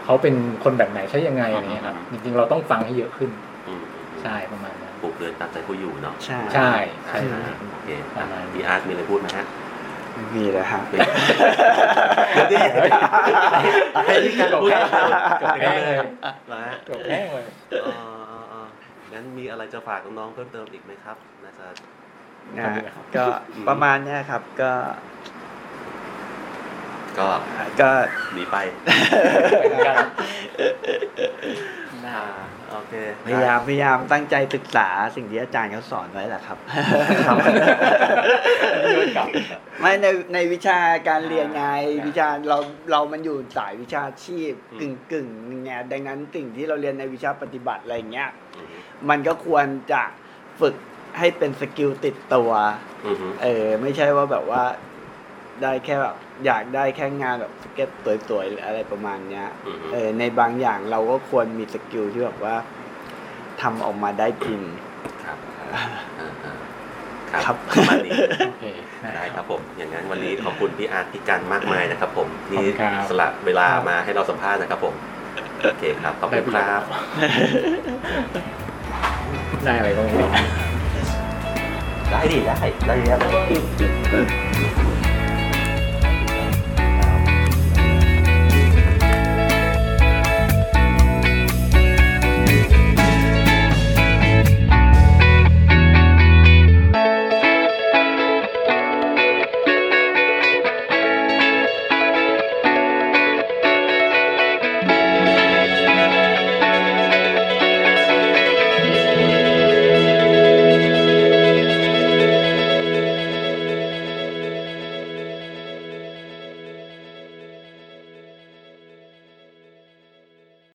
C: เขาเป็นคนแบบไหนใช้ยังไงอะไรเงี้ยครับจริงๆเราต้องฟังให้เยอะขึ้น
A: อืมอืม
C: ใช่ประมาณนั้น
A: ปลูกเรือนตามใจผู้อยู่เนาะ
B: ใช่
C: ใช่
A: อ่าฮะโอเค
C: ประมาณ
A: มี
C: นี้
A: อาร์ตมีอะไรพูดไหมฮะ
B: มีแล้วฮะ
A: เดี๋ยวดิให้พี่การพูด
C: จบ
A: แล้ว จบ
C: แล้
A: แค่เลยนะฮะ
C: จบแค่เลย
A: เออเออเอองั้นมีอะไรจะฝากน้องๆเพิ่มเติมอีกไหมครับน่าจะ
B: นะฮะก็ประมาณเนี้ยครับ ก็
A: ก็
B: ก็
A: หนีไป
C: เหมือนกัน
A: อ่าโอเค
B: พยายามพยายามตั้งใจศึกษาสิ่งที่อาจารย์เขาสอนไว้แหละครับ
A: ครับ
C: ย้อนกลับ
B: ไม่ในในวิชาการเรียนไง
C: อ่า
B: วิชาเราเรามันอยู่สายวิชาชีพกึ่งกึ่งๆหนึ่งไงดังนั้นสิ่งที่เราเรียนในวิชาปฏิบัติอะไรอย่างเงี้ย มันก็ควรจะฝึกให้เป็นสกิลติดตัว
A: อือฮึ
B: เออไม่ใช่ว่าแบบว่าได้แค่แบบอยากได้แค่งานแบบสเก็ตสวยๆหรืออะไรประมาณเนี้ย
A: อือฮึ
B: เออในบางอย่างเราก็ควรมีสกิลที่แบบว่าทำออกมาได้จริง
A: ครับอ่าอ่าค
B: ครั
A: รับบ ประมาณนี้
C: โอเค
A: ได้
C: ได้
A: ค
C: ค
A: รั
C: รั
A: บบ ผม อย่างนั้นวันนี้ขอบคุณพี่อาร์ตพี่การมากมายนะครับ ผมที่
C: ขอบคุณครับ
A: สละเวลามาให้เราสัมภาษณ์นะครับผมโอเคครับขอบคุณครับ
C: ได้อะไรบ้างเนี่ย
A: ได้ดิได้ได้แล้ว